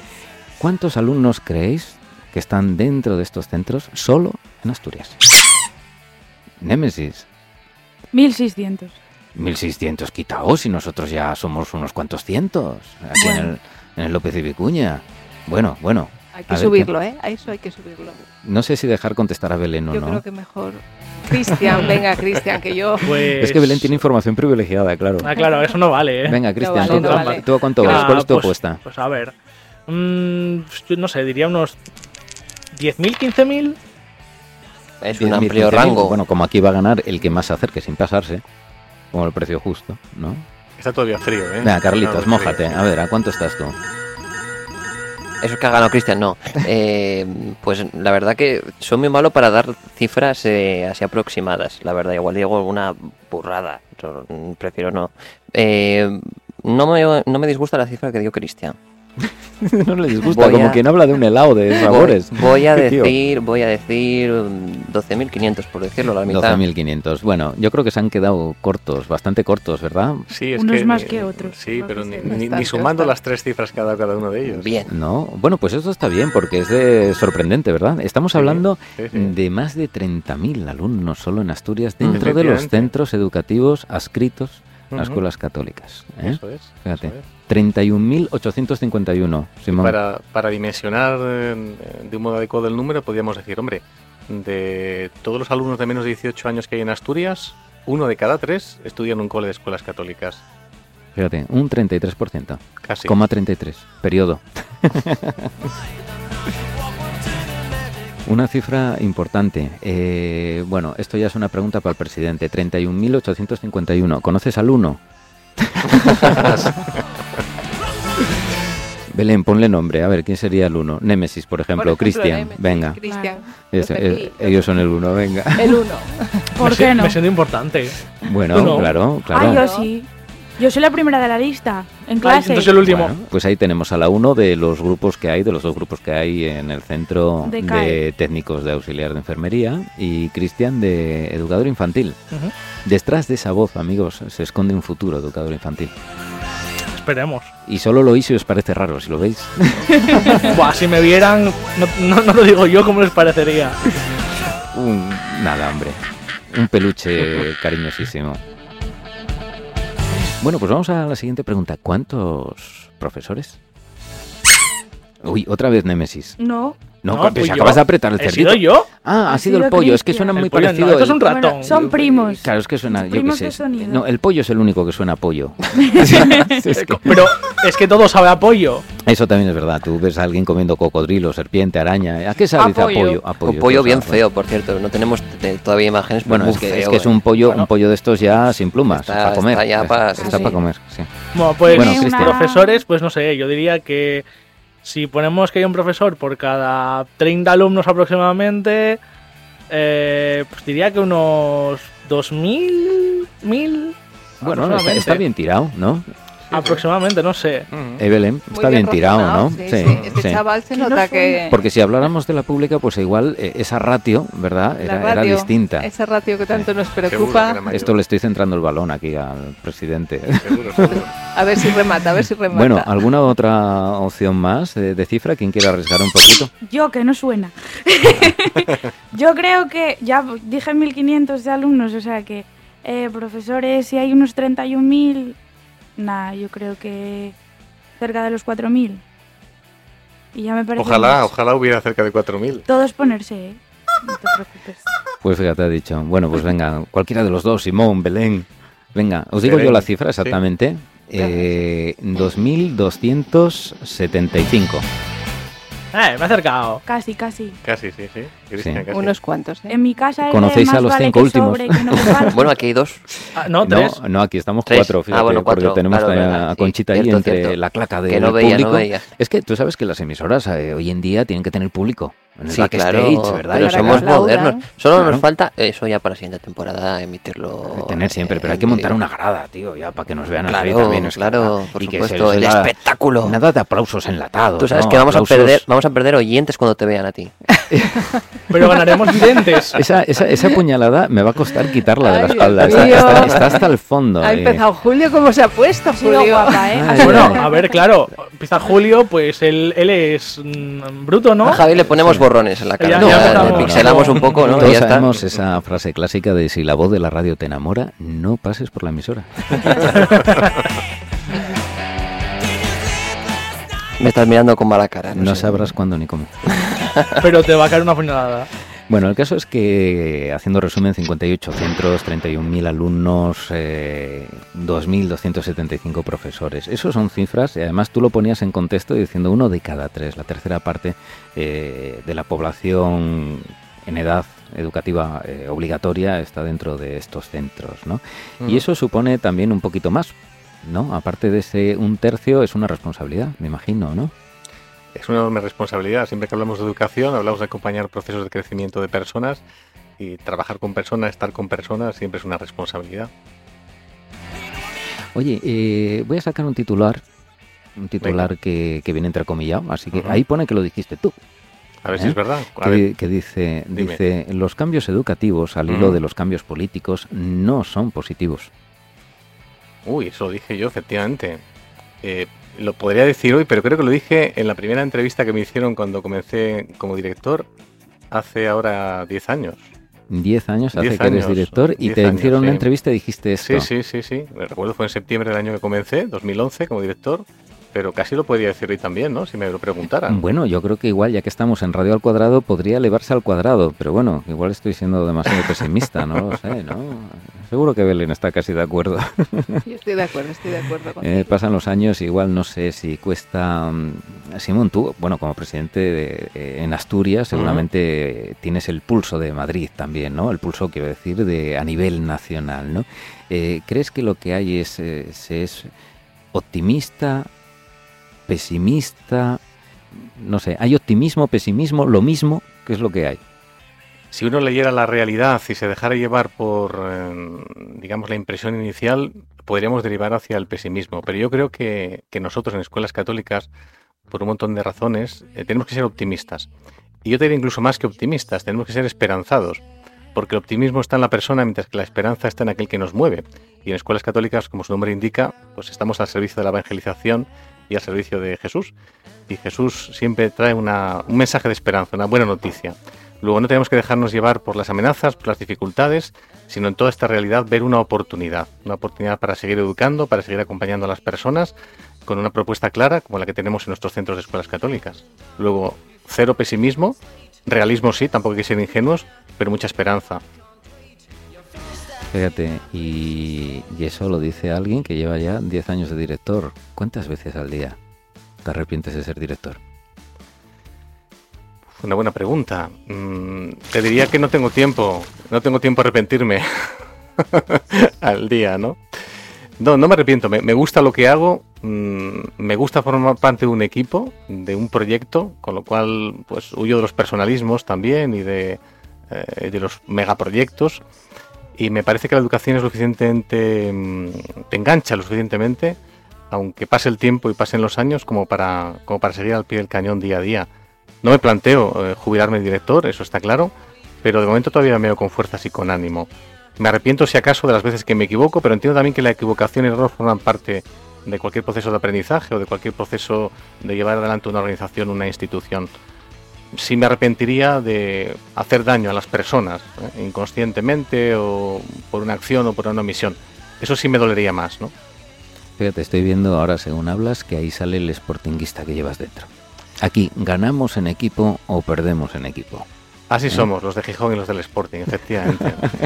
[SPEAKER 1] ¿Cuántos alumnos creéis que están dentro de estos centros solo en
[SPEAKER 3] <laughs>
[SPEAKER 1] Asturias? Némesis,
[SPEAKER 5] 1600.
[SPEAKER 1] 1600 quitaos y nosotros ya somos unos cuantos cientos aquí en, el, en el López y Vicuña. Bueno, bueno,
[SPEAKER 3] Hay
[SPEAKER 1] A
[SPEAKER 3] que
[SPEAKER 1] ver,
[SPEAKER 3] subirlo, ¿eh? A eso hay que subirlo.
[SPEAKER 1] no sé si dejar contestar a Belén o
[SPEAKER 3] yo
[SPEAKER 1] no.
[SPEAKER 3] creo que mejor. Cristian, venga, Cristian,
[SPEAKER 1] <laughs>
[SPEAKER 3] que yo.
[SPEAKER 4] Pues...
[SPEAKER 1] Es que Belén tiene información privilegiada, claro.
[SPEAKER 4] Ah, claro, eso no vale, ¿eh?
[SPEAKER 1] Venga, Cristian,
[SPEAKER 3] vale,
[SPEAKER 1] ¿tú,
[SPEAKER 4] no vale.
[SPEAKER 1] tú a cuánto vas?
[SPEAKER 4] Ah,
[SPEAKER 1] ¿Cuál es tu
[SPEAKER 4] pues-
[SPEAKER 1] apuesta?
[SPEAKER 4] Pues a ver. Mm, pues yo no sé, diría unos 10.000, 15.000.
[SPEAKER 2] Es
[SPEAKER 1] 10.000,
[SPEAKER 2] un amplio
[SPEAKER 1] 15.000.
[SPEAKER 2] rango.
[SPEAKER 1] Bueno, como aquí va a ganar el que más se acerque sin pasarse, como el precio justo, ¿no?
[SPEAKER 8] Está todavía frío, ¿eh?
[SPEAKER 1] Venga, Carlitos,
[SPEAKER 8] Claro,
[SPEAKER 1] mójate.
[SPEAKER 8] frío.
[SPEAKER 1] A ver, ¿a cuánto estás tú?
[SPEAKER 2] Eso es que ha ganado Cristian, no. Eh, pues la verdad que soy muy malo para dar cifras eh, así aproximadas. La verdad, igual digo alguna burrada. Yo, mm, Prefiero no. Eh, no, me, no me disgusta la cifra que dio Cristian.
[SPEAKER 1] <laughs> no le disgusta,
[SPEAKER 2] Voy
[SPEAKER 1] como
[SPEAKER 2] a-
[SPEAKER 1] quien habla de un helado de
[SPEAKER 2] Voy,
[SPEAKER 1] sabores. <laughs>
[SPEAKER 2] voy a
[SPEAKER 1] Tío.
[SPEAKER 2] decir, voy a decir mm, 12.500 por decirlo, la mitad.
[SPEAKER 1] 12.500. Bueno, yo creo que se han quedado cortos, bastante cortos, ¿verdad?
[SPEAKER 8] Sí, es
[SPEAKER 5] Unos
[SPEAKER 8] que,
[SPEAKER 5] más
[SPEAKER 8] eh,
[SPEAKER 5] que otros,
[SPEAKER 8] Sí,
[SPEAKER 5] lo
[SPEAKER 8] pero
[SPEAKER 5] que
[SPEAKER 8] ni,
[SPEAKER 5] sea.
[SPEAKER 8] ni- ni
[SPEAKER 3] Bastante,
[SPEAKER 8] sumando
[SPEAKER 3] bastante.
[SPEAKER 8] las tres cifras que ha dado cada uno de ellos.
[SPEAKER 2] Bien.
[SPEAKER 1] No, bueno, pues eso está bien porque es de sorprendente, ¿verdad? Estamos
[SPEAKER 8] Sí,
[SPEAKER 1] hablando
[SPEAKER 8] sí, sí.
[SPEAKER 1] de más de 30.000 alumnos solo en Asturias dentro de los
[SPEAKER 8] Efectivamente.
[SPEAKER 1] centros educativos adscritos a
[SPEAKER 8] Ujú.
[SPEAKER 1] escuelas católicas. ¿eh?
[SPEAKER 8] Eso es.
[SPEAKER 1] Fíjate.
[SPEAKER 8] eso es.
[SPEAKER 1] 31.851, Simón.
[SPEAKER 8] Para, para dimensionar eh, de un modo adecuado el número, podríamos decir, hombre, de todos los alumnos de menos de 18 años que hay en Asturias, uno de cada tres estudia en un cole de escuelas católicas.
[SPEAKER 1] Fíjate, un 33%.
[SPEAKER 8] Casi.
[SPEAKER 1] Coma 33, periodo. Una cifra importante. Eh, bueno, esto ya es una pregunta para el presidente. 31.851. ¿Conoces al 1? Belén, ponle nombre. A ver, ¿quién sería el 1? Némesis, por ejemplo.
[SPEAKER 3] Por ejemplo,
[SPEAKER 1] Cristian,
[SPEAKER 3] Nemesis,
[SPEAKER 1] venga.
[SPEAKER 3] Cristian.
[SPEAKER 1] Ese-
[SPEAKER 3] Lo
[SPEAKER 1] eh,
[SPEAKER 3] repetí.
[SPEAKER 1] ellos son el 1, venga. <laughs>
[SPEAKER 3] El uno.
[SPEAKER 5] ¿Por
[SPEAKER 4] me
[SPEAKER 5] qué
[SPEAKER 4] si-
[SPEAKER 5] no?
[SPEAKER 4] Me siento importante.
[SPEAKER 1] Bueno,
[SPEAKER 4] Uno.
[SPEAKER 1] claro,
[SPEAKER 5] Ah,
[SPEAKER 1] claro.
[SPEAKER 5] yo sí. Yo soy la primera de la lista, en clase.
[SPEAKER 4] entonces el último.
[SPEAKER 1] Bueno, pues ahí tenemos a la 1 de los grupos que hay, de los dos grupos que hay en el centro de,
[SPEAKER 5] De CAE.
[SPEAKER 1] técnicos de auxiliar de enfermería y Cristian de educador infantil.
[SPEAKER 4] Ujú.
[SPEAKER 1] Detrás de esa voz, amigos, se esconde un futuro educador infantil.
[SPEAKER 4] Esperemos.
[SPEAKER 1] Y solo lo hice y os parece raro, si lo veis. <laughs>
[SPEAKER 4] Buah, si me vieran, no, no- no lo digo yo, ¿cómo les parecería?
[SPEAKER 1] un nada, hombre. Un
[SPEAKER 4] <laughs>
[SPEAKER 1] peluche cariñosísimo. Bueno, pues vamos a la siguiente pregunta. ¿Cuántos profesores? Uy, otra vez Némesis.
[SPEAKER 5] No,
[SPEAKER 1] No,
[SPEAKER 4] No,
[SPEAKER 1] pues
[SPEAKER 4] fui yo.
[SPEAKER 1] acabas de apretar el
[SPEAKER 4] ¿He
[SPEAKER 1] cerdito.
[SPEAKER 4] sido yo?
[SPEAKER 1] Ah, ha
[SPEAKER 5] Ha
[SPEAKER 1] sido, el
[SPEAKER 5] sido
[SPEAKER 1] pollo. Es que
[SPEAKER 5] Cristian.
[SPEAKER 1] suena muy
[SPEAKER 4] El pollo no,
[SPEAKER 1] parecido.
[SPEAKER 4] esto es
[SPEAKER 1] el-
[SPEAKER 4] un ratón.
[SPEAKER 5] Bueno, son primos.
[SPEAKER 1] Claro, es que suena. Yo qué
[SPEAKER 5] Primos de
[SPEAKER 1] sé.
[SPEAKER 5] sonido.
[SPEAKER 1] No, el pollo es el único que suena a
[SPEAKER 3] <laughs>
[SPEAKER 1] pollo. <laughs> Es que- <laughs>
[SPEAKER 4] Pero es que todo sabe apoyo.
[SPEAKER 1] Eso también es verdad. Tú ves a alguien comiendo cocodrilo, serpiente, araña. ¿A qué sabe? Dice, A
[SPEAKER 3] Apoyo.
[SPEAKER 1] pollo. A
[SPEAKER 2] Un
[SPEAKER 1] pollo,
[SPEAKER 2] pollo
[SPEAKER 1] pues,
[SPEAKER 2] bien
[SPEAKER 1] a-
[SPEAKER 2] feo, por cierto. No tenemos eh, todavía imágenes, pero
[SPEAKER 1] Bueno,
[SPEAKER 2] muy
[SPEAKER 1] es que, es,
[SPEAKER 2] feo,
[SPEAKER 1] que es
[SPEAKER 2] eh.
[SPEAKER 1] un pollo,
[SPEAKER 4] Bueno.
[SPEAKER 1] un pollo de estos ya sin plumas,
[SPEAKER 2] Está-
[SPEAKER 1] para comer.
[SPEAKER 2] está ya pa-
[SPEAKER 1] está
[SPEAKER 5] sí.
[SPEAKER 1] para comer, sí.
[SPEAKER 4] Bueno, pues
[SPEAKER 1] Bueno,
[SPEAKER 5] Tiene
[SPEAKER 1] Cristian.
[SPEAKER 5] una-
[SPEAKER 4] profesores, pues no sé, yo diría que si ponemos que hay un profesor por cada 30 alumnos aproximadamente, eh, pues diría que unos 2.000, 1.000
[SPEAKER 1] Bueno, está,
[SPEAKER 4] aproximadamente.
[SPEAKER 1] está bien tirado, ¿no?
[SPEAKER 4] aproximadamente, no sé.
[SPEAKER 8] Ujú.
[SPEAKER 1] Eh, Belén,
[SPEAKER 3] Muy
[SPEAKER 1] está bien, tirado,
[SPEAKER 3] razonado,
[SPEAKER 1] ¿no?
[SPEAKER 3] Sí, sí. Este chaval se
[SPEAKER 5] Que no
[SPEAKER 3] nota
[SPEAKER 5] suena.
[SPEAKER 3] que.
[SPEAKER 1] Porque si habláramos de la pública, pues igual eh, esa ratio, ¿verdad? Era,
[SPEAKER 3] la
[SPEAKER 1] era
[SPEAKER 3] radio,
[SPEAKER 1] distinta.
[SPEAKER 3] Ese ratio que tanto nos
[SPEAKER 8] Seguro que
[SPEAKER 3] preocupa.
[SPEAKER 8] era mayor.
[SPEAKER 1] Esto le estoy centrando el balón aquí al presidente.
[SPEAKER 8] Seguro,
[SPEAKER 5] <laughs>
[SPEAKER 8] seguro.
[SPEAKER 3] A ver si remata, a ver si remata.
[SPEAKER 1] Bueno, ¿alguna otra opción más eh, de, cifra? ¿Quién quiere arriesgar un poquito?
[SPEAKER 5] yo que
[SPEAKER 4] <laughs>
[SPEAKER 5] no suena. yo creo que, ya dije 1500 de alumnos, o sea que, eh, profesores, si hay unos 31.000, nada, yo creo que cerca de los 4.000. Y ya me parece.
[SPEAKER 8] Ojalá,
[SPEAKER 5] más.
[SPEAKER 8] ojalá hubiera cerca de 4.000.
[SPEAKER 5] Todos ponerse, ¿eh? No te preocupes.
[SPEAKER 1] Pues fíjate, ha dicho. Bueno, pues venga, cualquiera de los dos, Simón, Belén. Venga, os digo
[SPEAKER 8] Belén,
[SPEAKER 1] yo la cifra
[SPEAKER 8] sí.
[SPEAKER 1] exactamente. Eh, 2.275.
[SPEAKER 4] Eh, me he acercado.
[SPEAKER 5] Casi, casi.
[SPEAKER 8] Casi, sí, sí. Cristian, casi.
[SPEAKER 3] Unos cuantos, ¿eh?
[SPEAKER 5] En mi casa es de
[SPEAKER 1] Conocéis
[SPEAKER 5] más
[SPEAKER 1] a los
[SPEAKER 5] vale
[SPEAKER 1] cinco
[SPEAKER 5] que
[SPEAKER 1] últimos.
[SPEAKER 5] sobre,
[SPEAKER 1] <laughs>
[SPEAKER 5] que no que
[SPEAKER 2] <laughs>
[SPEAKER 5] falte.
[SPEAKER 2] Bueno, aquí hay dos.
[SPEAKER 4] Ah, no, tres.
[SPEAKER 1] No, aquí estamos
[SPEAKER 2] Tres.
[SPEAKER 1] cuatro,
[SPEAKER 2] Ah,
[SPEAKER 1] fíjate,
[SPEAKER 2] bueno, cuatro,
[SPEAKER 1] porque tenemos
[SPEAKER 2] claro,
[SPEAKER 1] también
[SPEAKER 2] verdad,
[SPEAKER 1] a
[SPEAKER 2] sí.
[SPEAKER 1] Conchita ahí
[SPEAKER 2] Cierto,
[SPEAKER 1] entre
[SPEAKER 2] cierto.
[SPEAKER 1] la claca de
[SPEAKER 2] Que no veía, no
[SPEAKER 1] público.
[SPEAKER 2] veía.
[SPEAKER 1] Es que tú sabes que las emisoras eh, hoy en día tienen que tener público. En el
[SPEAKER 2] Sí,
[SPEAKER 1] backstage,
[SPEAKER 2] claro,
[SPEAKER 1] ¿verdad?
[SPEAKER 2] pero
[SPEAKER 1] Y
[SPEAKER 3] Para
[SPEAKER 2] somos
[SPEAKER 3] que aplaudan.
[SPEAKER 2] modernos. Solo
[SPEAKER 1] Claro.
[SPEAKER 2] nos falta eso ya para la siguiente temporada, emitirlo.
[SPEAKER 1] tener siempre,
[SPEAKER 2] eh,
[SPEAKER 1] pero hay que
[SPEAKER 2] en
[SPEAKER 1] montar
[SPEAKER 2] vídeo.
[SPEAKER 1] una grada, tío, ya para que nos vean así
[SPEAKER 2] Claro,
[SPEAKER 1] también. es que-
[SPEAKER 2] claro, por
[SPEAKER 1] y que
[SPEAKER 2] supuesto.
[SPEAKER 1] se
[SPEAKER 2] El
[SPEAKER 1] les da-
[SPEAKER 2] espectáculo.
[SPEAKER 1] Nada de aplausos enlatados.
[SPEAKER 2] Tú sabes
[SPEAKER 1] ¿no?
[SPEAKER 2] que vamos
[SPEAKER 1] Aplausos-
[SPEAKER 2] a perder vamos a perder oyentes cuando te vean a ti.
[SPEAKER 4] Pero ganaremos
[SPEAKER 1] <laughs>
[SPEAKER 4] videntes.
[SPEAKER 1] Esa, esa, esa puñalada me va a costar quitarla de la
[SPEAKER 3] Ay,
[SPEAKER 1] espalda.
[SPEAKER 3] Dios
[SPEAKER 1] Está, está-
[SPEAKER 3] mío.
[SPEAKER 1] está hasta el fondo.
[SPEAKER 3] Ha
[SPEAKER 1] eh.
[SPEAKER 3] empezado Julio, ¿cómo se ha puesto,
[SPEAKER 5] Ha sido
[SPEAKER 3] Julio? <laughs>
[SPEAKER 5] guapa, ¿eh? Ha
[SPEAKER 1] Ay,
[SPEAKER 5] sido
[SPEAKER 4] Bueno,
[SPEAKER 5] guapa.
[SPEAKER 4] a ver, claro, empieza Julio, pues él, él es mm, bruto, ¿no?
[SPEAKER 2] A Javi le ponemos borrones en la cara.
[SPEAKER 4] Ya,
[SPEAKER 2] ¿no?
[SPEAKER 1] ya
[SPEAKER 2] Le
[SPEAKER 1] empezamos.
[SPEAKER 2] pixelamos un poco, ¿no? Y
[SPEAKER 1] Todos
[SPEAKER 2] ya está.
[SPEAKER 1] sabemos esa frase clásica de si la voz de la radio te enamora, no pases por la emisora.
[SPEAKER 2] Me estás mirando con mala cara. No,
[SPEAKER 1] No
[SPEAKER 2] sé.
[SPEAKER 1] sabrás cuándo ni cómo.
[SPEAKER 4] Pero te va a caer una puñalada.
[SPEAKER 1] Bueno, el caso es que, haciendo resumen, 58 centros, 31.000 alumnos, eh, 2.275 profesores. Eso son cifras, y además tú lo ponías en contexto diciendo uno de cada tres, la tercera parte eh, de la población en edad educativa eh, obligatoria está dentro de estos centros, ¿no? Y
[SPEAKER 2] Mm.
[SPEAKER 1] eso supone también un poquito más, ¿no? Aparte de ese un tercio, es una responsabilidad, me imagino, ¿no?
[SPEAKER 8] Es una enorme responsabilidad. Siempre que hablamos de educación, hablamos de acompañar procesos de crecimiento de personas y trabajar con personas, estar con personas, siempre es una responsabilidad.
[SPEAKER 1] Oye, eh, voy a sacar un titular, un titular que, que viene entrecomillado, así que
[SPEAKER 8] Ujú.
[SPEAKER 1] ahí pone que lo dijiste tú,
[SPEAKER 8] A ver
[SPEAKER 1] ¿Eh?
[SPEAKER 8] si es verdad. A
[SPEAKER 1] que,
[SPEAKER 8] ver,
[SPEAKER 1] di- que dice,
[SPEAKER 8] dime.
[SPEAKER 1] dice, los cambios educativos al hilo
[SPEAKER 8] Ujú.
[SPEAKER 1] de los cambios políticos no son positivos.
[SPEAKER 8] Uy, eso lo dije yo, efectivamente. Eh, lo podría decir hoy, pero creo que lo dije en la primera entrevista que me hicieron cuando comencé como director hace ahora 10 años.
[SPEAKER 1] Diez años hace
[SPEAKER 8] Diez
[SPEAKER 1] que eres
[SPEAKER 8] años,
[SPEAKER 1] director y
[SPEAKER 8] diez
[SPEAKER 1] te
[SPEAKER 8] años,
[SPEAKER 1] hicieron una
[SPEAKER 8] sí.
[SPEAKER 1] entrevista y dijiste esto.
[SPEAKER 8] Sí, sí, sí, sí. Me recuerdo fue en septiembre del año que comencé, 2011, como director, pero casi lo podría decir hoy también, ¿no? Si me lo preguntaran.
[SPEAKER 1] Bueno, yo creo que igual, ya que estamos en radio al cuadrado, podría elevarse al cuadrado, pero bueno, igual estoy siendo demasiado pesimista, no lo sé, ¿no? Seguro que Belén está casi de acuerdo.
[SPEAKER 3] Yo estoy de acuerdo, estoy de acuerdo con
[SPEAKER 1] Eh, pasan los años, igual no sé si cuesta. mm, Simón, tú, bueno, como presidente de- eh, en Asturias, seguramente eh, tienes el pulso de Madrid también, ¿no? El pulso, quiero decir, de a nivel nacional, ¿no? Eh, ¿Crees que lo que hay es, eh, se es optimista, pesimista? No sé, ¿hay optimismo, pesimismo, lo mismo? ¿Qué es lo que hay?
[SPEAKER 8] Si uno leyera la realidad y se dejara llevar por, eh, digamos, la impresión inicial, podríamos derivar hacia el pesimismo. Pero yo creo que, que nosotros en escuelas católicas, por un montón de razones, eh, tenemos que ser optimistas. Y yo te diría incluso más que optimistas, tenemos que ser esperanzados. Porque el optimismo está en la persona, mientras que la esperanza está en aquel que nos mueve. Y en escuelas católicas, como su nombre indica, pues estamos al servicio de la evangelización y al servicio de Jesús. Y Jesús siempre trae una- un mensaje de esperanza, una buena noticia. Luego no tenemos que dejarnos llevar por las amenazas, por las dificultades, sino en toda esta realidad ver una oportunidad, una oportunidad para seguir educando, para seguir acompañando a las personas con una propuesta clara como la que tenemos en nuestros centros de escuelas católicas. Luego, cero pesimismo, realismo sí, tampoco hay que ser ingenuos, pero mucha esperanza.
[SPEAKER 1] Fíjate, y, y eso lo dice alguien que lleva ya 10 años de director. ¿Cuántas veces al día te arrepientes de ser director?
[SPEAKER 8] Una buena pregunta. Mm, te diría que no tengo tiempo, no tengo tiempo a arrepentirme <laughs> al día, ¿no? No, no me arrepiento, me, me gusta lo que hago, mm, me gusta formar parte de un equipo, de un proyecto, con lo cual pues huyo de los personalismos también y de, eh, de los megaproyectos. Y me parece que la educación es lo suficientemente, mm, te engancha lo suficientemente, aunque pase el tiempo y pasen los años, como para, como para seguir al pie del cañón día a día. No me planteo eh, jubilarme de director, eso está claro, pero de momento todavía me veo con fuerzas y con ánimo. Me arrepiento si acaso de las veces que me equivoco, pero entiendo también que la equivocación y el error forman parte de cualquier proceso de aprendizaje o de cualquier proceso de llevar adelante una organización, una institución. Sí me arrepentiría de hacer daño a las personas, ¿eh? inconscientemente o por una acción o por una omisión. Eso sí me dolería más, ¿no?
[SPEAKER 1] Fíjate, estoy viendo ahora según hablas que ahí sale el sportinguista que llevas dentro. Aquí, ¿ganamos en equipo o perdemos en equipo?
[SPEAKER 8] Así somos, los de Gijón y los del Sporting, efectivamente.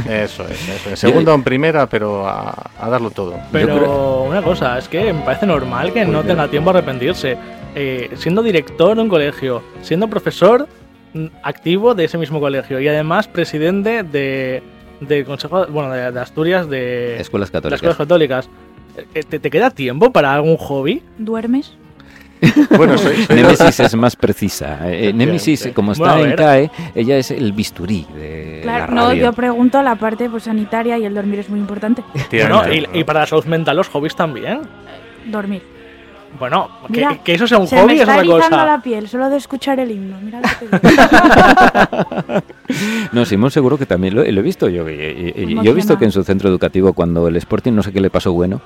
[SPEAKER 8] eso es, eso es. Segundo en primera, pero a, a darlo todo.
[SPEAKER 4] Pero
[SPEAKER 1] creo-
[SPEAKER 4] una cosa, es que me parece normal que no tenga tiempo a arrepentirse. Eh, siendo director de un colegio, siendo profesor mm, activo de ese mismo colegio y además presidente de, del Consejo bueno, de, de Asturias de
[SPEAKER 1] Escuelas
[SPEAKER 4] de Eh,
[SPEAKER 1] católicas.
[SPEAKER 4] las escuelas católicas. Eh, ¿Te, te queda tiempo para algún hobby?
[SPEAKER 5] ¿Duermes?
[SPEAKER 8] Bueno, soy,
[SPEAKER 1] <laughs>
[SPEAKER 8] soy-
[SPEAKER 1] Némesis es más precisa. Eh,
[SPEAKER 4] <laughs>
[SPEAKER 1] eh, Némesis,
[SPEAKER 8] Efectivamente.
[SPEAKER 1] como está
[SPEAKER 4] Bueno, a
[SPEAKER 1] en
[SPEAKER 4] ver.
[SPEAKER 1] CAE, ella es el bisturí de Eh, la
[SPEAKER 5] Claro, no,
[SPEAKER 1] radio.
[SPEAKER 5] yo pregunto la parte pues, sanitaria y el dormir es
[SPEAKER 1] <laughs>
[SPEAKER 5] muy importante.
[SPEAKER 8] Efectivamente.
[SPEAKER 4] Bueno, y, y para la salud mental los hobbies también.
[SPEAKER 5] Dormir.
[SPEAKER 4] Bueno, que,
[SPEAKER 5] Mira,
[SPEAKER 4] que eso sea un
[SPEAKER 5] Se
[SPEAKER 4] hobby
[SPEAKER 5] me
[SPEAKER 4] es
[SPEAKER 5] está
[SPEAKER 4] otra
[SPEAKER 5] erizando
[SPEAKER 4] cosa.
[SPEAKER 5] la piel solo de escuchar el himno. Mira lo
[SPEAKER 4] <laughs>
[SPEAKER 5] que te digo.
[SPEAKER 1] No, Simón seguro que también lo, lo he visto yo. y- y- y- yo he
[SPEAKER 5] Emociona.
[SPEAKER 1] visto que en su centro educativo, cuando el Sporting, no sé qué le pasó bueno,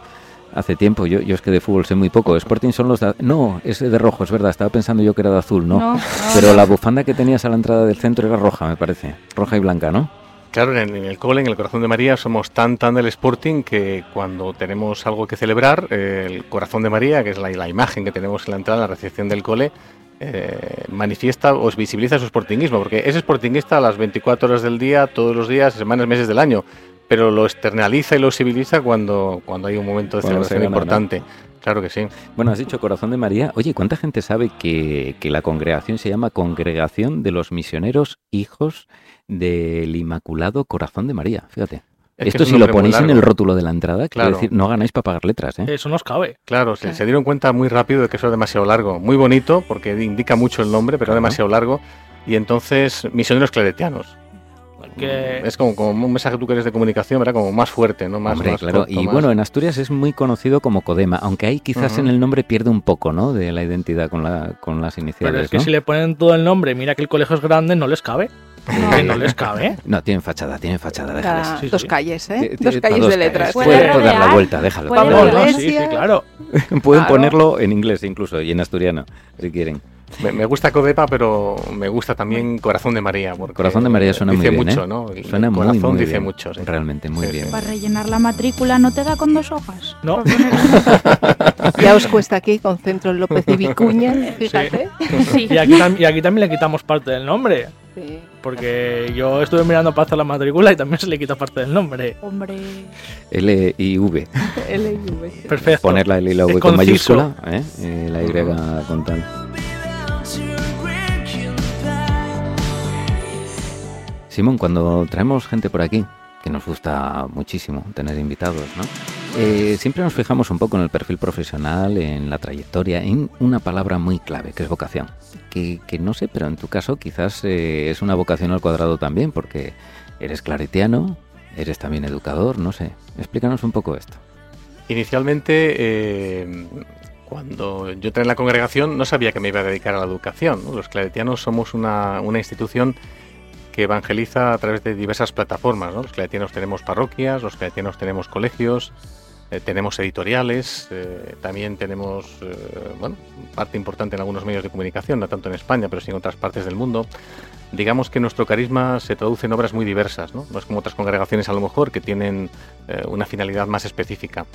[SPEAKER 1] hace tiempo, yo, yo es que de fútbol sé muy poco. Sporting son los... de- no, es de rojo, es verdad. Estaba pensando yo que era de azul, ¿no?
[SPEAKER 5] No, no,
[SPEAKER 1] Pero la bufanda que tenías a la entrada del centro era roja, me parece. Roja y blanca, ¿no?
[SPEAKER 8] Claro, en, en el cole, en el corazón de María, somos tan tan del Sporting que cuando tenemos algo que celebrar, eh, el corazón de María, que es la, la imagen que tenemos en la entrada, en la recepción del cole, eh, manifiesta o visibiliza su sportinguismo, porque es sportinguista a las 24 horas del día, todos los días, semanas, meses del año, pero lo externaliza y lo visibiliza cuando, cuando hay un momento de
[SPEAKER 1] Cuando se
[SPEAKER 8] celebración
[SPEAKER 1] gana, ¿no?
[SPEAKER 8] importante. Claro que sí.
[SPEAKER 1] Bueno, has dicho Corazón de María. Oye, ¿cuánta gente sabe que, que la congregación se llama Congregación de los Misioneros Hijos del Inmaculado Corazón de María? Fíjate.
[SPEAKER 8] Es que
[SPEAKER 1] Esto
[SPEAKER 8] es
[SPEAKER 1] si
[SPEAKER 8] un
[SPEAKER 1] lo
[SPEAKER 8] nombre muy
[SPEAKER 1] ponéis en
[SPEAKER 8] largo.
[SPEAKER 1] el rótulo de la entrada, quiero
[SPEAKER 8] Claro.
[SPEAKER 1] decir, no ganáis para pagar letras, ¿eh?
[SPEAKER 4] Eso nos cabe.
[SPEAKER 8] Claro, se, se dieron cuenta muy rápido de que eso era demasiado largo. Muy bonito, porque indica mucho el nombre, pero era
[SPEAKER 1] Claro.
[SPEAKER 8] demasiado largo. Y entonces, misioneros claretianos.
[SPEAKER 4] Que-
[SPEAKER 8] Mm, Es como, como un mensaje tú que eres de comunicación, ¿verdad? Como más fuerte, ¿no? Más,
[SPEAKER 1] Hombre,
[SPEAKER 8] más
[SPEAKER 1] claro.
[SPEAKER 8] corto,
[SPEAKER 1] y
[SPEAKER 8] más-
[SPEAKER 1] bueno, en Asturias es muy conocido como Codema, aunque ahí quizás
[SPEAKER 8] Ujú.
[SPEAKER 1] en el nombre pierde un poco, ¿no? De la identidad con, la, con las iniciales,
[SPEAKER 4] Pero es que
[SPEAKER 1] ¿no?
[SPEAKER 4] si le ponen todo el nombre, mira que el colegio es grande, no les cabe. Que no
[SPEAKER 1] Eh,
[SPEAKER 4] les cabe.
[SPEAKER 1] No, tienen fachada, tienen fachada, déjales.
[SPEAKER 4] sí,
[SPEAKER 3] dos
[SPEAKER 4] sí.
[SPEAKER 3] calles,
[SPEAKER 1] Ti-
[SPEAKER 3] ¿eh?
[SPEAKER 1] ti-
[SPEAKER 3] Dos
[SPEAKER 1] a
[SPEAKER 3] calles
[SPEAKER 1] dos
[SPEAKER 3] de letras.
[SPEAKER 1] Pueden
[SPEAKER 5] Puede
[SPEAKER 1] pueden dar la
[SPEAKER 5] rodear,
[SPEAKER 1] vuelta, déjalo.
[SPEAKER 5] puede
[SPEAKER 1] Vamos,
[SPEAKER 5] rodear.
[SPEAKER 4] Vamos, sí, sí,
[SPEAKER 3] Iglesia.
[SPEAKER 4] claro.
[SPEAKER 1] <laughs> Pueden
[SPEAKER 3] Claro.
[SPEAKER 1] ponerlo en inglés incluso y en asturiano, si quieren.
[SPEAKER 8] Me, me gusta Codepa, pero me gusta también Corazón de María. porque
[SPEAKER 1] Corazón de María suena
[SPEAKER 8] dice
[SPEAKER 1] muy bien,
[SPEAKER 8] mucho,
[SPEAKER 1] ¿eh?
[SPEAKER 8] ¿no? El
[SPEAKER 1] Suena muy,
[SPEAKER 8] corazón
[SPEAKER 1] muy
[SPEAKER 8] dice
[SPEAKER 1] bien.
[SPEAKER 8] mucho. sí.
[SPEAKER 1] Realmente, muy
[SPEAKER 8] Sí,
[SPEAKER 1] bien.
[SPEAKER 8] sí.
[SPEAKER 5] Para rellenar la matrícula no te da con dos hojas.
[SPEAKER 4] No.
[SPEAKER 5] Por poner un-
[SPEAKER 3] Ya os cuesta aquí con Centro López y Vicuña, fíjate.
[SPEAKER 5] Sí.
[SPEAKER 4] Y aquí, tam- y aquí también le quitamos parte del nombre.
[SPEAKER 3] Sí.
[SPEAKER 4] Porque yo estuve mirando para hacer la matrícula y también se le quita parte del nombre.
[SPEAKER 5] Hombre,
[SPEAKER 1] L y V.
[SPEAKER 3] LIV.
[SPEAKER 4] Perfecto.
[SPEAKER 1] Poner la L y la
[SPEAKER 4] Es
[SPEAKER 1] V con
[SPEAKER 4] conciso.
[SPEAKER 1] mayúscula, ¿eh? Eh, la Y con tal. Simón, cuando traemos gente por aquí, que nos gusta muchísimo tener invitados, ¿no? Eh, siempre nos fijamos un poco en el perfil profesional, en la trayectoria, en una palabra muy clave, que es vocación. Que, que no sé, pero en tu caso quizás eh, es una vocación al cuadrado también, porque eres claretiano, eres también educador, no sé. Explícanos un poco esto.
[SPEAKER 8] Inicialmente, eh, cuando yo entré en la congregación, no sabía que me iba a dedicar a la educación. ¿no? Los claretianos somos una, una institución que evangeliza a través de diversas plataformas. ¿no? Los claretianos tenemos parroquias, los claretianos tenemos colegios, eh, tenemos editoriales, eh, también tenemos eh, bueno, parte importante en algunos medios de comunicación, no tanto en España, pero sí en otras partes del mundo. Digamos que nuestro carisma se traduce en obras muy diversas, ¿no? No es como otras congregaciones a lo mejor que tienen eh, una finalidad más específica.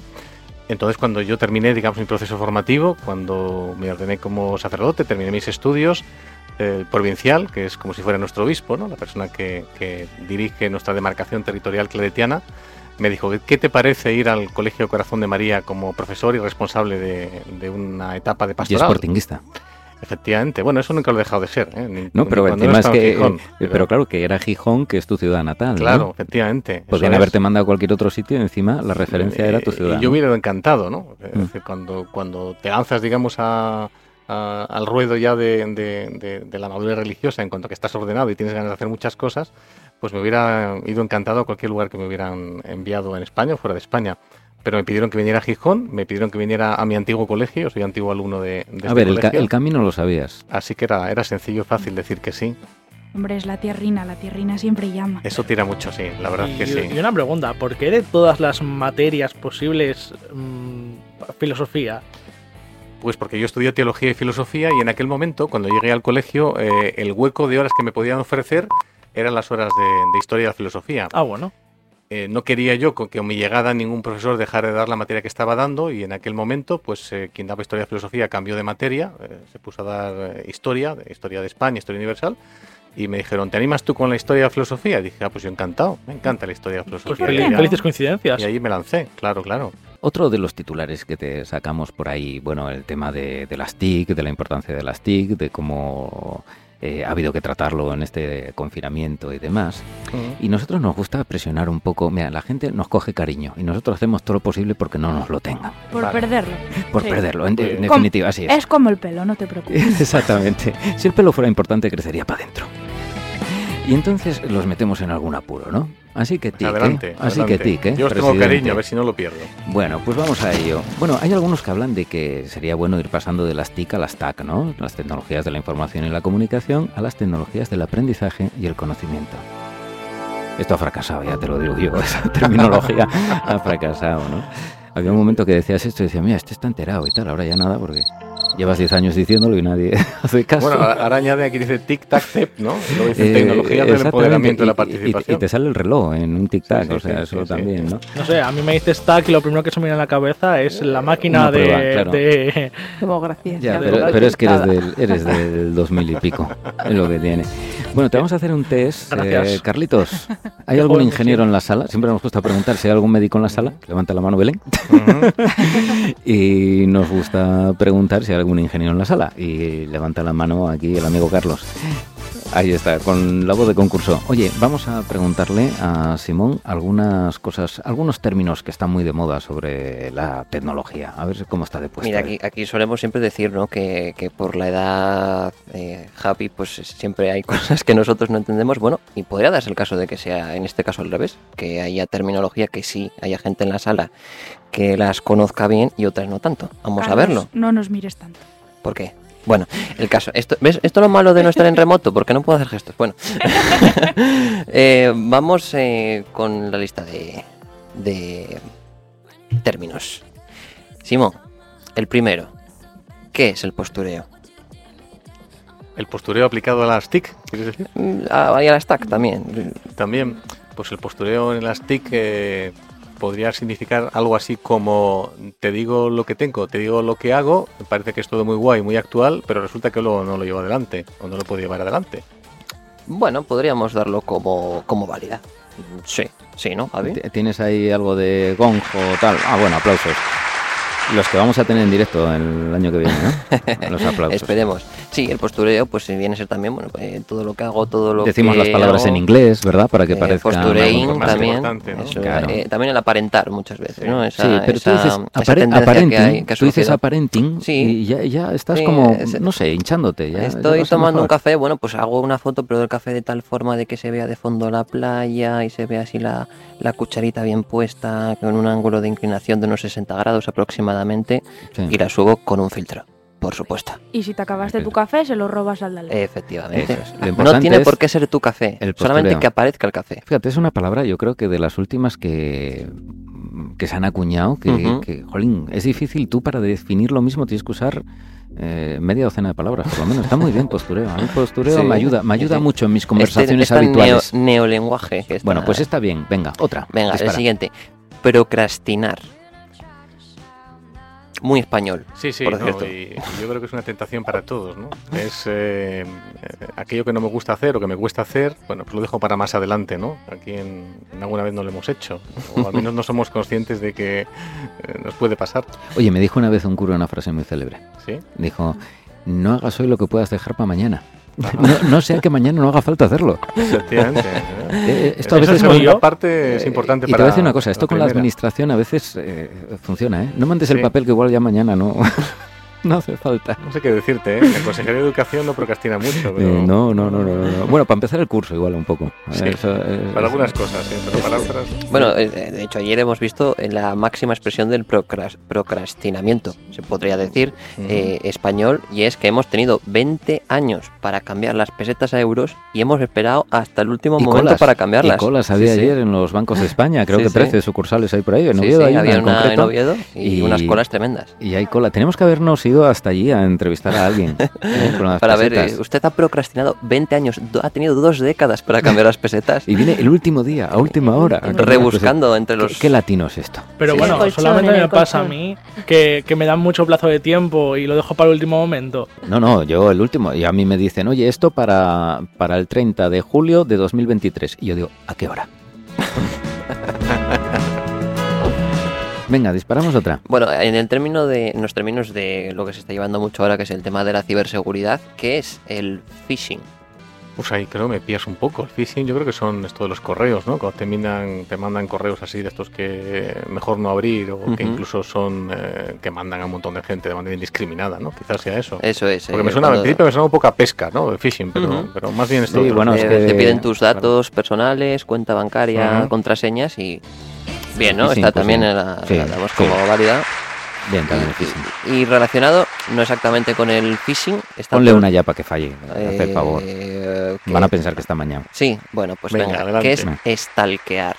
[SPEAKER 8] Entonces, cuando yo terminé, digamos, mi proceso formativo, cuando me ordené como sacerdote, terminé mis estudios, el provincial, que es como si fuera nuestro obispo, ¿no? la persona que, que dirige nuestra demarcación territorial claretiana, me dijo, ¿qué te parece ir al Colegio Corazón de María como profesor y responsable de, de una etapa
[SPEAKER 1] Y
[SPEAKER 8] de
[SPEAKER 1] es
[SPEAKER 8] pastoral?
[SPEAKER 1] sportinguista.
[SPEAKER 8] Efectivamente, bueno, eso nunca lo he dejado de ser. ¿eh? Ni-
[SPEAKER 1] No,
[SPEAKER 8] ni
[SPEAKER 1] pero
[SPEAKER 8] cuando
[SPEAKER 1] encima es
[SPEAKER 8] estaba en
[SPEAKER 1] que.
[SPEAKER 8] Gijón,
[SPEAKER 1] eh, pero claro, que era Gijón, que es tu ciudad natal. ¿no?
[SPEAKER 8] Claro, efectivamente. eso
[SPEAKER 1] Podrían
[SPEAKER 8] es.
[SPEAKER 1] haberte mandado a cualquier otro sitio y encima la referencia era tu
[SPEAKER 8] Eh,
[SPEAKER 1] ciudad.
[SPEAKER 8] y Yo
[SPEAKER 1] ¿no?
[SPEAKER 8] hubiera ido encantado, ¿no? Es
[SPEAKER 1] Mm.
[SPEAKER 8] decir, cuando, cuando te lanzas, digamos, a- a- al ruedo ya de, de- de- de la madurez religiosa, en cuanto a que estás ordenado y tienes ganas de hacer muchas cosas, pues me hubiera ido encantado a cualquier lugar que me hubieran enviado en España o fuera de España. Pero me pidieron que viniera a Gijón, me pidieron que viniera a mi antiguo colegio, soy antiguo alumno de, de
[SPEAKER 1] A
[SPEAKER 8] este
[SPEAKER 1] ver, el, ca-
[SPEAKER 8] colegio,
[SPEAKER 1] el camino lo sabías.
[SPEAKER 8] Así que era, era sencillo, fácil decir que sí.
[SPEAKER 5] hombre, es la tierrina, la tierrina siempre llama.
[SPEAKER 8] Eso tira mucho, sí, la verdad
[SPEAKER 4] Y,
[SPEAKER 8] que sí.
[SPEAKER 4] y una pregunta, ¿por qué de todas las materias posibles mm, filosofía?
[SPEAKER 8] Pues porque yo estudié teología y filosofía y en aquel momento, cuando llegué al colegio, eh, el hueco de horas que me podían ofrecer eran las horas de, de historia y la filosofía.
[SPEAKER 4] Ah, bueno.
[SPEAKER 8] Eh, no quería yo co- que a mi llegada ningún profesor dejara de dar la materia que estaba dando y en aquel momento, pues eh, quien daba historia y filosofía cambió de materia, eh, se puso a dar eh, historia, de- historia de España, historia universal. Y me dijeron, ¿te animas tú con la historia de la filosofía? Y dije, ah, pues yo encantado, me encanta la historia de la
[SPEAKER 4] Pues
[SPEAKER 8] filosofía.
[SPEAKER 5] por
[SPEAKER 8] Y
[SPEAKER 5] qué
[SPEAKER 4] fel-
[SPEAKER 8] ahí-
[SPEAKER 5] no?
[SPEAKER 4] felices coincidencias.
[SPEAKER 8] y ahí me lancé, claro, claro.
[SPEAKER 1] Otro de los titulares que te sacamos por ahí, bueno, el tema de, de las TIC, de la importancia de las TIC, de cómo eh, ha habido que tratarlo en este confinamiento y demás.
[SPEAKER 8] Ujú.
[SPEAKER 1] Y nosotros nos gusta presionar un poco, mira, la gente nos coge cariño y nosotros hacemos todo lo posible porque no nos lo tengan,
[SPEAKER 5] Por
[SPEAKER 8] Vale.
[SPEAKER 5] perderlo.
[SPEAKER 1] por
[SPEAKER 5] Sí.
[SPEAKER 1] perderlo, en, en
[SPEAKER 8] Muy bien.
[SPEAKER 1] definitiva, así
[SPEAKER 5] Es como el pelo, no te
[SPEAKER 1] <laughs>
[SPEAKER 5] preocupes.
[SPEAKER 1] Exactamente. Si el pelo fuera importante, crecería para adentro. Y entonces los metemos en algún apuro, ¿no? Así que
[SPEAKER 8] Pues
[SPEAKER 1] tic, ¿eh?
[SPEAKER 8] adelante,
[SPEAKER 1] Así
[SPEAKER 8] adelante.
[SPEAKER 1] que tic, ¿eh?
[SPEAKER 8] Yo os tengo
[SPEAKER 1] presidente?
[SPEAKER 8] cariño, a ver si no lo pierdo.
[SPEAKER 1] Bueno, pues vamos a ello. Bueno, hay algunos que hablan de que sería bueno ir pasando de las TIC a las TAC, ¿no? Las tecnologías de la información y la comunicación a las tecnologías del aprendizaje y el conocimiento. Esto ha fracasado, ya te lo digo yo, <laughs> esa terminología ha fracasado, ¿no? Había un momento que decías esto y decías, mira, este está enterado y tal, ahora ya nada porque llevas 10 años diciéndolo y nadie <laughs> hace caso.
[SPEAKER 8] Bueno, ahora ahora añade aquí dice tic tac tep, ¿no? Y luego dice
[SPEAKER 1] Eh,
[SPEAKER 8] tecnologías del
[SPEAKER 1] exactamente,
[SPEAKER 8] empoderamiento y
[SPEAKER 1] y- y- y te-
[SPEAKER 8] la participación.
[SPEAKER 1] Y te sale el reloj en un tic-tac,
[SPEAKER 8] Sí, sí,
[SPEAKER 1] o sea,
[SPEAKER 8] sí,
[SPEAKER 1] eso
[SPEAKER 8] sí,
[SPEAKER 1] también,
[SPEAKER 8] sí.
[SPEAKER 1] ¿no?
[SPEAKER 4] No sé, a mí me dice stack y lo primero que se me viene a la cabeza es la máquina
[SPEAKER 1] Una
[SPEAKER 4] de,
[SPEAKER 1] prueba, claro.
[SPEAKER 4] de-
[SPEAKER 3] Demografía.
[SPEAKER 1] Ya,
[SPEAKER 3] ya
[SPEAKER 1] pero,
[SPEAKER 3] veo.
[SPEAKER 1] pero es que eres
[SPEAKER 3] Nada.
[SPEAKER 1] del, eres del 2000 y pico, <laughs> es lo que tiene. Bueno, te vamos a hacer un test. eh,
[SPEAKER 4] Gracias.
[SPEAKER 1] Carlitos, ¿hay
[SPEAKER 4] Qué
[SPEAKER 1] algún
[SPEAKER 4] joven
[SPEAKER 1] ingeniero en la sala? Siempre nos gusta preguntar si hay algún médico en la sala. Levanta la mano, Belén.
[SPEAKER 8] Ujú.
[SPEAKER 1] Y nos gusta preguntar si hay algún ingeniero en la sala. Y levanta la mano aquí el amigo Carlos. Ahí está, con la voz de concurso. Oye, vamos a preguntarle a Simón algunas cosas, algunos términos que están muy de moda sobre la tecnología. A ver cómo está de puesto.
[SPEAKER 2] Mira, aquí, aquí solemos siempre decir ¿no? que, que por la edad eh, happy, pues siempre hay <laughs> cosas que nosotros no entendemos. Bueno, y podría darse el caso de que sea en este caso al revés, que haya terminología que sí, haya gente en la sala que las conozca bien y otras no tanto. Vamos a
[SPEAKER 5] Carlos,
[SPEAKER 2] verlo.
[SPEAKER 5] No nos mires tanto.
[SPEAKER 2] ¿Por qué? Bueno, el caso. Esto, ¿Ves? Esto es lo malo de no estar en remoto, porque no puedo hacer gestos. Bueno, <laughs> Eh, vamos eh, con la lista de, de términos. Simón, el primero. ¿Qué es el postureo?
[SPEAKER 8] El postureo aplicado a las TIC, ¿quieres decir?
[SPEAKER 2] Mm, Ah, y a la stack también.
[SPEAKER 8] También, pues el postureo en las TIC eh, podría significar algo así como te digo lo que tengo, te digo lo que hago, me parece que es todo muy guay, muy actual, pero resulta que luego no lo llevo adelante o no lo puedo llevar adelante.
[SPEAKER 2] Bueno, podríamos darlo como, como válida. Mm, Sí, sí, ¿no, Javi?
[SPEAKER 1] T- ¿Tienes ahí algo de gong o tal? Ah, bueno, aplausos. Los que vamos a tener en directo el año que viene,
[SPEAKER 2] <laughs>
[SPEAKER 1] ¿no? Los aplausos.
[SPEAKER 2] Esperemos. Sí, el postureo, pues viene a ser también, bueno, eh, todo lo que hago, todo lo
[SPEAKER 1] Decimos
[SPEAKER 2] que
[SPEAKER 1] las palabras
[SPEAKER 2] hago,
[SPEAKER 1] en inglés, ¿verdad? Para que
[SPEAKER 2] Eh,
[SPEAKER 1] parezca
[SPEAKER 2] postureín
[SPEAKER 1] algo
[SPEAKER 8] más
[SPEAKER 2] también.
[SPEAKER 8] importante, ¿no?
[SPEAKER 2] eso,
[SPEAKER 1] Claro.
[SPEAKER 2] eh, también el aparentar muchas veces, ¿no? Esa,
[SPEAKER 1] sí, pero
[SPEAKER 2] esa-
[SPEAKER 1] tú dices,
[SPEAKER 2] esa
[SPEAKER 1] apare-
[SPEAKER 2] tendencia
[SPEAKER 1] aparenting,
[SPEAKER 2] que hay, que ha
[SPEAKER 1] tú dices
[SPEAKER 2] surgido.
[SPEAKER 1] aparenting
[SPEAKER 2] Sí.
[SPEAKER 1] y ya, ya estás
[SPEAKER 2] Sí,
[SPEAKER 1] como,
[SPEAKER 2] es-
[SPEAKER 1] no sé, hinchándote. ya- ya
[SPEAKER 2] Estoy
[SPEAKER 1] vas a
[SPEAKER 2] tomando un
[SPEAKER 1] mejor.
[SPEAKER 2] café, bueno, pues hago una foto, pero del café de tal forma de que se vea de fondo la playa y se vea así la, la cucharita bien puesta, con un ángulo de inclinación de unos 60 grados aproximadamente,
[SPEAKER 1] Sí.
[SPEAKER 2] y la subo con un filtro, por supuesto.
[SPEAKER 5] Y si te acabaste
[SPEAKER 1] Espera.
[SPEAKER 5] tu café, se lo robas al
[SPEAKER 2] Eh,
[SPEAKER 5] Dalí.
[SPEAKER 1] Eso
[SPEAKER 2] Efectivamente.
[SPEAKER 1] es. Lo
[SPEAKER 2] No
[SPEAKER 1] importante
[SPEAKER 2] tiene
[SPEAKER 1] es
[SPEAKER 2] por qué ser tu café,
[SPEAKER 1] el
[SPEAKER 2] solamente
[SPEAKER 1] postureo.
[SPEAKER 2] que aparezca el café.
[SPEAKER 1] Fíjate, es una palabra, yo creo que de las últimas que, que se han acuñado, que,
[SPEAKER 2] Ujú.
[SPEAKER 1] que, jolín, es difícil tú para definir lo mismo, tienes que usar eh, media docena de palabras, por lo menos. Está muy bien postureo. A mí postureo
[SPEAKER 2] Sí.
[SPEAKER 1] me ayuda, me ayuda
[SPEAKER 2] Sí.
[SPEAKER 1] mucho en mis
[SPEAKER 2] Este-
[SPEAKER 1] conversaciones
[SPEAKER 2] esta neo-
[SPEAKER 1] habituales.
[SPEAKER 2] neolenguaje. que está-
[SPEAKER 1] Bueno, pues está bien, venga, otra.
[SPEAKER 2] Venga,
[SPEAKER 1] Dispara.
[SPEAKER 2] el siguiente. Procrastinar. Muy español.
[SPEAKER 8] Sí, sí,
[SPEAKER 2] Por
[SPEAKER 8] no,
[SPEAKER 2] cierto.
[SPEAKER 8] y yo creo que es una tentación para todos, ¿no? Es eh, eh, aquello que no me gusta hacer o que me cuesta hacer, bueno, pues lo dejo para más adelante, ¿no? Aquí en, en alguna vez no lo hemos hecho, o al menos no somos conscientes de que eh, nos puede pasar,
[SPEAKER 1] Oye, me dijo una vez un cura una frase muy célebre.
[SPEAKER 8] ¿sí?
[SPEAKER 1] Dijo, no hagas hoy lo que puedas dejar para mañana. No, no sea que mañana no haga falta
[SPEAKER 2] <laughs>
[SPEAKER 1] hacerlo.
[SPEAKER 8] Efectivamente.
[SPEAKER 1] Eh,
[SPEAKER 8] ¿eh?
[SPEAKER 1] eh, Esto a
[SPEAKER 8] Esa
[SPEAKER 1] veces
[SPEAKER 4] soy
[SPEAKER 1] con-
[SPEAKER 8] segunda
[SPEAKER 4] yo.
[SPEAKER 8] parte es importante
[SPEAKER 1] Eh, y
[SPEAKER 8] para
[SPEAKER 1] te voy a decir una cosa, esto con la
[SPEAKER 8] primera.
[SPEAKER 1] administración a veces eh, funciona, ¿eh? No mandes el
[SPEAKER 8] Sí.
[SPEAKER 1] papel que igual ya mañana no, <laughs> no hace falta.
[SPEAKER 8] No sé qué decirte, ¿eh? El consejero de educación no procrastina mucho, pero
[SPEAKER 1] Eh, no, no, no, no, no, no. Bueno, para empezar el curso igual un poco. Eh,
[SPEAKER 8] Sí,
[SPEAKER 1] eso, eh,
[SPEAKER 8] para algunas cosas, ¿eh? pero para otras...
[SPEAKER 2] Bueno, eh, eh, de hecho, ayer hemos visto eh, la máxima expresión del procras- procrastinamiento, se podría decir, eh, español, y es que hemos tenido 20 años para cambiar las pesetas a euros y hemos esperado hasta el último
[SPEAKER 1] Y
[SPEAKER 2] momento
[SPEAKER 1] colas,
[SPEAKER 2] para
[SPEAKER 1] Y
[SPEAKER 2] cambiarlas.
[SPEAKER 1] colas había
[SPEAKER 2] Sí, sí.
[SPEAKER 1] ayer en los bancos de España, creo
[SPEAKER 2] Sí,
[SPEAKER 1] que
[SPEAKER 2] sí.
[SPEAKER 1] 13 sucursales hay por ahí, en
[SPEAKER 2] Sí,
[SPEAKER 1] Oviedo
[SPEAKER 2] sí,
[SPEAKER 1] hay una
[SPEAKER 2] había
[SPEAKER 1] en
[SPEAKER 2] una en
[SPEAKER 1] concreto.
[SPEAKER 2] Oviedo y,
[SPEAKER 1] y-
[SPEAKER 2] unas colas tremendas.
[SPEAKER 1] Y hay cola. Tenemos que habernos ido hasta allí a entrevistar a
[SPEAKER 2] <laughs>
[SPEAKER 1] alguien. eh, con las
[SPEAKER 2] Para ver,
[SPEAKER 1] pesetas.
[SPEAKER 2] eh, usted ha procrastinado 20 años, do- ha tenido dos décadas para cambiar las pesetas,
[SPEAKER 1] <laughs> Y viene el último día, a última hora.
[SPEAKER 2] <laughs> rebuscando entre los...
[SPEAKER 1] ¿Qué, qué latino es esto?
[SPEAKER 4] Pero
[SPEAKER 2] Sí,
[SPEAKER 4] bueno,
[SPEAKER 2] sí.
[SPEAKER 6] Colchón,
[SPEAKER 4] solamente
[SPEAKER 6] en el
[SPEAKER 4] me pasa a
[SPEAKER 6] colchón.
[SPEAKER 4] mí que, que me dan mucho plazo de tiempo y lo dejo para el último momento.
[SPEAKER 1] No, no, yo el último. Y a mí me dicen, oye, esto para, para el 30 de julio de 2023. Y yo digo, ¿a qué hora? <laughs> Venga, disparamos otra.
[SPEAKER 2] Bueno, en el término de, en los términos de lo que se está llevando mucho ahora, que es el tema de la ciberseguridad, que es el phishing.
[SPEAKER 8] Pues ahí creo me pillas un poco. El phishing yo creo que son esto de los correos, ¿no? Cuando te, mandan, te mandan correos así de estos que mejor no abrir o que
[SPEAKER 2] Ujú.
[SPEAKER 8] incluso son eh, que mandan a un montón de gente de manera indiscriminada, ¿no? Quizás sea eso.
[SPEAKER 2] Eso es.
[SPEAKER 8] Porque
[SPEAKER 2] eh,
[SPEAKER 8] me suena, al
[SPEAKER 2] cuando-
[SPEAKER 8] principio me suena un poco a pesca, ¿no? De phishing, pero,
[SPEAKER 2] Ujú.
[SPEAKER 8] pero más bien esto.
[SPEAKER 1] Sí,
[SPEAKER 8] otro.
[SPEAKER 1] bueno, es
[SPEAKER 2] eh,
[SPEAKER 1] que-
[SPEAKER 2] te piden tus
[SPEAKER 8] claro.
[SPEAKER 2] datos personales, cuenta bancaria,
[SPEAKER 8] Ujú.
[SPEAKER 2] contraseñas y... Bien, ¿no?
[SPEAKER 1] Phishing,
[SPEAKER 2] Está
[SPEAKER 1] phishing.
[SPEAKER 2] también la,
[SPEAKER 1] Sí,
[SPEAKER 2] la damos
[SPEAKER 1] sí.
[SPEAKER 2] como válida.
[SPEAKER 1] Bien, también el
[SPEAKER 2] Y,
[SPEAKER 1] phishing.
[SPEAKER 2] y relacionado, no exactamente con el phishing... Está
[SPEAKER 1] Ponle
[SPEAKER 2] por-
[SPEAKER 1] una ya para que falle. Haz el
[SPEAKER 2] eh,
[SPEAKER 1] favor.
[SPEAKER 2] que-
[SPEAKER 1] Van a pensar que está mañana.
[SPEAKER 2] Sí, bueno, pues
[SPEAKER 8] Venga,
[SPEAKER 2] venga,
[SPEAKER 8] adelante.
[SPEAKER 2] que es estalquear.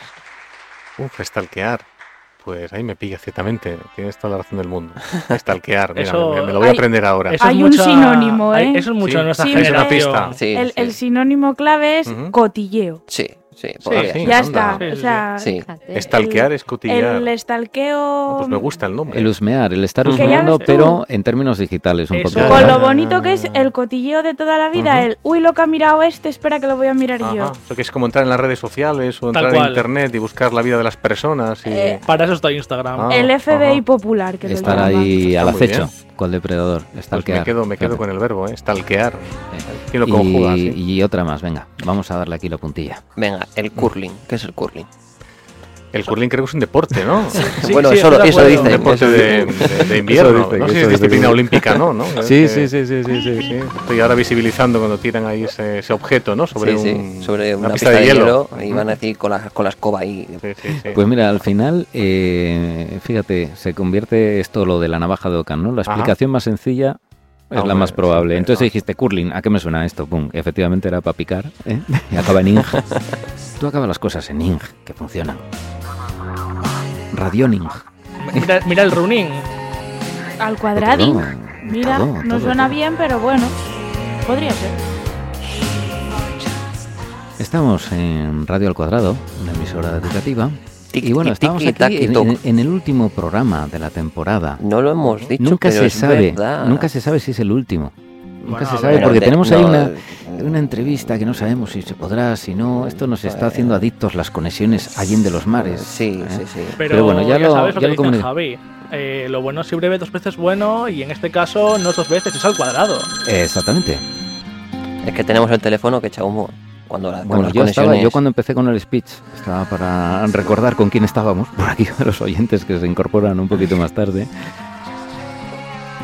[SPEAKER 8] Uf, estalquear. Pues ahí me pilla, ciertamente. Tienes toda la razón del mundo. Estalquear, mira,
[SPEAKER 4] Eso-
[SPEAKER 8] me, me lo voy a
[SPEAKER 5] Ay,
[SPEAKER 8] aprender ahora.
[SPEAKER 4] Eso
[SPEAKER 5] Hay Ah,
[SPEAKER 4] es
[SPEAKER 5] un
[SPEAKER 4] mucha-
[SPEAKER 5] sinónimo,
[SPEAKER 4] hay-
[SPEAKER 5] ¿eh?
[SPEAKER 4] Eso es mucho
[SPEAKER 8] Sí,
[SPEAKER 4] de nuestra
[SPEAKER 5] sí, es
[SPEAKER 4] generación.
[SPEAKER 5] una
[SPEAKER 8] pista.
[SPEAKER 2] Sí,
[SPEAKER 5] el,
[SPEAKER 2] sí,
[SPEAKER 5] el sinónimo clave es
[SPEAKER 8] Ujú.
[SPEAKER 5] cotilleo.
[SPEAKER 2] sí, sí,
[SPEAKER 8] Sí,
[SPEAKER 2] podría
[SPEAKER 8] sí,
[SPEAKER 2] ser.
[SPEAKER 5] ya
[SPEAKER 8] anda.
[SPEAKER 5] está.
[SPEAKER 4] Sí, sí,
[SPEAKER 5] O sea,
[SPEAKER 2] Sí.
[SPEAKER 6] Fíjate.
[SPEAKER 8] Estalquear es cotillear.
[SPEAKER 5] el
[SPEAKER 8] Ah,
[SPEAKER 5] estalqueo.
[SPEAKER 8] pues me gusta el nombre.
[SPEAKER 1] El husmear, el estar
[SPEAKER 2] Ujú.
[SPEAKER 1] husmeando,
[SPEAKER 4] Que ya no
[SPEAKER 1] pero en términos digitales un
[SPEAKER 4] Eso.
[SPEAKER 1] poquito.
[SPEAKER 4] Ya,
[SPEAKER 5] Con
[SPEAKER 1] ¿vale?
[SPEAKER 5] lo bonito que es el cotilleo de toda la vida,
[SPEAKER 8] Ujú.
[SPEAKER 5] el uy, lo que ha mirado este, espera que lo voy a mirar
[SPEAKER 8] Ajá,
[SPEAKER 5] yo.
[SPEAKER 8] Eso que es como entrar en las redes sociales o
[SPEAKER 4] Tal
[SPEAKER 8] entrar en
[SPEAKER 4] cual.
[SPEAKER 8] internet y buscar la vida de las personas. Y... pues
[SPEAKER 5] Eh,
[SPEAKER 4] Para eso está Instagram. Eh,
[SPEAKER 8] Ah,
[SPEAKER 5] el FBI
[SPEAKER 8] ajá.
[SPEAKER 5] popular, que
[SPEAKER 1] Estar
[SPEAKER 5] lo llaman.
[SPEAKER 1] ahí
[SPEAKER 8] Está
[SPEAKER 1] al
[SPEAKER 8] muy
[SPEAKER 1] acecho
[SPEAKER 8] bien.
[SPEAKER 1] con el depredador.
[SPEAKER 8] Pues
[SPEAKER 1] Estalquear.
[SPEAKER 8] me quedo, me quedo
[SPEAKER 1] Fíjate.
[SPEAKER 8] con el verbo, ¿eh? Estalquear.
[SPEAKER 1] Sí.
[SPEAKER 8] ¿Quién lo conjuga?
[SPEAKER 1] Y,
[SPEAKER 8] sí?
[SPEAKER 1] y otra más, venga. Vamos a darle aquí la puntilla.
[SPEAKER 2] Venga, el curling. ¿Qué es el curling?
[SPEAKER 8] El curling creo que es un deporte, ¿no?
[SPEAKER 4] <laughs> Sí,
[SPEAKER 1] <laughs>
[SPEAKER 2] bueno,
[SPEAKER 4] sí,
[SPEAKER 2] eso,
[SPEAKER 4] estoy
[SPEAKER 2] lo-
[SPEAKER 4] de
[SPEAKER 2] eso
[SPEAKER 4] acuerdo.
[SPEAKER 8] un
[SPEAKER 2] dicen.
[SPEAKER 8] deporte
[SPEAKER 2] eso
[SPEAKER 8] de,
[SPEAKER 2] dicen.
[SPEAKER 8] de- de invierno.
[SPEAKER 1] Eso dice,
[SPEAKER 8] no sé si
[SPEAKER 1] eso
[SPEAKER 8] es
[SPEAKER 1] dice
[SPEAKER 8] disciplina
[SPEAKER 1] que-
[SPEAKER 8] olímpica, ¿no? ¿no?
[SPEAKER 1] <laughs> Sí,
[SPEAKER 8] Eh,
[SPEAKER 1] sí, sí, sí, sí, sí.
[SPEAKER 8] sí. Estoy ahora visibilizando cuando tiran ahí ese, ese objeto, ¿no? Sobre,
[SPEAKER 2] Sí, sí,
[SPEAKER 8] un-
[SPEAKER 2] sobre una, pista, de, hielo. Y van a decir con la, con la escoba ahí.
[SPEAKER 8] Sí, sí, sí.
[SPEAKER 1] Pues mira, al final, eh, fíjate, se convierte esto lo de la navaja de Ocan, ¿no? La
[SPEAKER 8] Ajá.
[SPEAKER 1] explicación más sencilla es
[SPEAKER 8] Hombre,
[SPEAKER 1] la más probable.
[SPEAKER 8] siempre,
[SPEAKER 1] Entonces
[SPEAKER 8] ¿no?
[SPEAKER 1] dijiste, curling, ¿a qué me suena esto? Pum, efectivamente era para picar, ¿eh? Y acaba en
[SPEAKER 2] <laughs>
[SPEAKER 1] ing. Tú acabas las cosas en ing, que funcionan. Radioning.
[SPEAKER 4] Mira, mira el running.
[SPEAKER 5] Al cuadradín. Mira,
[SPEAKER 1] todo,
[SPEAKER 5] no
[SPEAKER 1] todo,
[SPEAKER 5] suena
[SPEAKER 1] todo.
[SPEAKER 5] bien, pero bueno, podría ser.
[SPEAKER 1] Estamos en Radio al Cuadrado, una emisora educativa.
[SPEAKER 2] Tic,
[SPEAKER 1] y bueno,
[SPEAKER 2] tic,
[SPEAKER 1] estamos
[SPEAKER 2] tic,
[SPEAKER 1] aquí
[SPEAKER 2] tac,
[SPEAKER 1] en,
[SPEAKER 2] toc.
[SPEAKER 1] en- en el último programa de la temporada.
[SPEAKER 2] No lo hemos dicho,
[SPEAKER 1] nunca
[SPEAKER 2] pero
[SPEAKER 1] se
[SPEAKER 2] es
[SPEAKER 1] sabe,
[SPEAKER 2] verdad.
[SPEAKER 1] nunca se sabe si es el último. Nunca
[SPEAKER 4] Bueno,
[SPEAKER 1] se
[SPEAKER 4] a
[SPEAKER 1] sabe
[SPEAKER 4] ver,
[SPEAKER 1] porque
[SPEAKER 2] te-
[SPEAKER 1] tenemos ahí
[SPEAKER 2] no, eh,
[SPEAKER 1] una, una entrevista que no sabemos si se podrá, si no. Esto nos está haciendo adictos las conexiones allende los mares.
[SPEAKER 2] Sí,
[SPEAKER 1] ¿eh?
[SPEAKER 2] sí, sí.
[SPEAKER 4] Pero,
[SPEAKER 1] Pero bueno, ya lo-
[SPEAKER 4] sabes lo
[SPEAKER 1] ya
[SPEAKER 4] que
[SPEAKER 1] lo
[SPEAKER 4] dice
[SPEAKER 1] comunico.
[SPEAKER 4] Javi. Eh, lo bueno si breve dos veces bueno y en este caso no dos veces, es al cuadrado.
[SPEAKER 1] Exactamente.
[SPEAKER 2] Es que tenemos el teléfono que echa humo. Cuando, la, cuando
[SPEAKER 1] Bueno,
[SPEAKER 2] las
[SPEAKER 1] yo, estaba,
[SPEAKER 2] conexiones-
[SPEAKER 1] yo cuando empecé con el speech estaba para recordar con quién estábamos, <laughs> por aquí a los oyentes que se incorporan un poquito más tarde.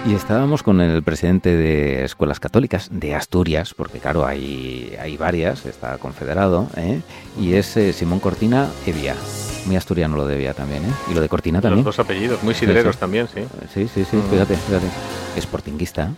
[SPEAKER 1] Y estábamos con el presidente de Escuelas Católicas de Asturias, porque claro, hay, hay varias, está confederado, ¿eh? y es eh, Simón Cortina Evia. Muy asturiano lo de Evia también, ¿eh? y lo de Cortina
[SPEAKER 8] Los
[SPEAKER 1] también.
[SPEAKER 8] dos apellidos, muy
[SPEAKER 1] Sí,
[SPEAKER 8] sidreros
[SPEAKER 1] sí.
[SPEAKER 8] también, sí.
[SPEAKER 1] Sí, sí, sí,
[SPEAKER 8] Mm.
[SPEAKER 1] fíjate, fíjate. Sportinguista.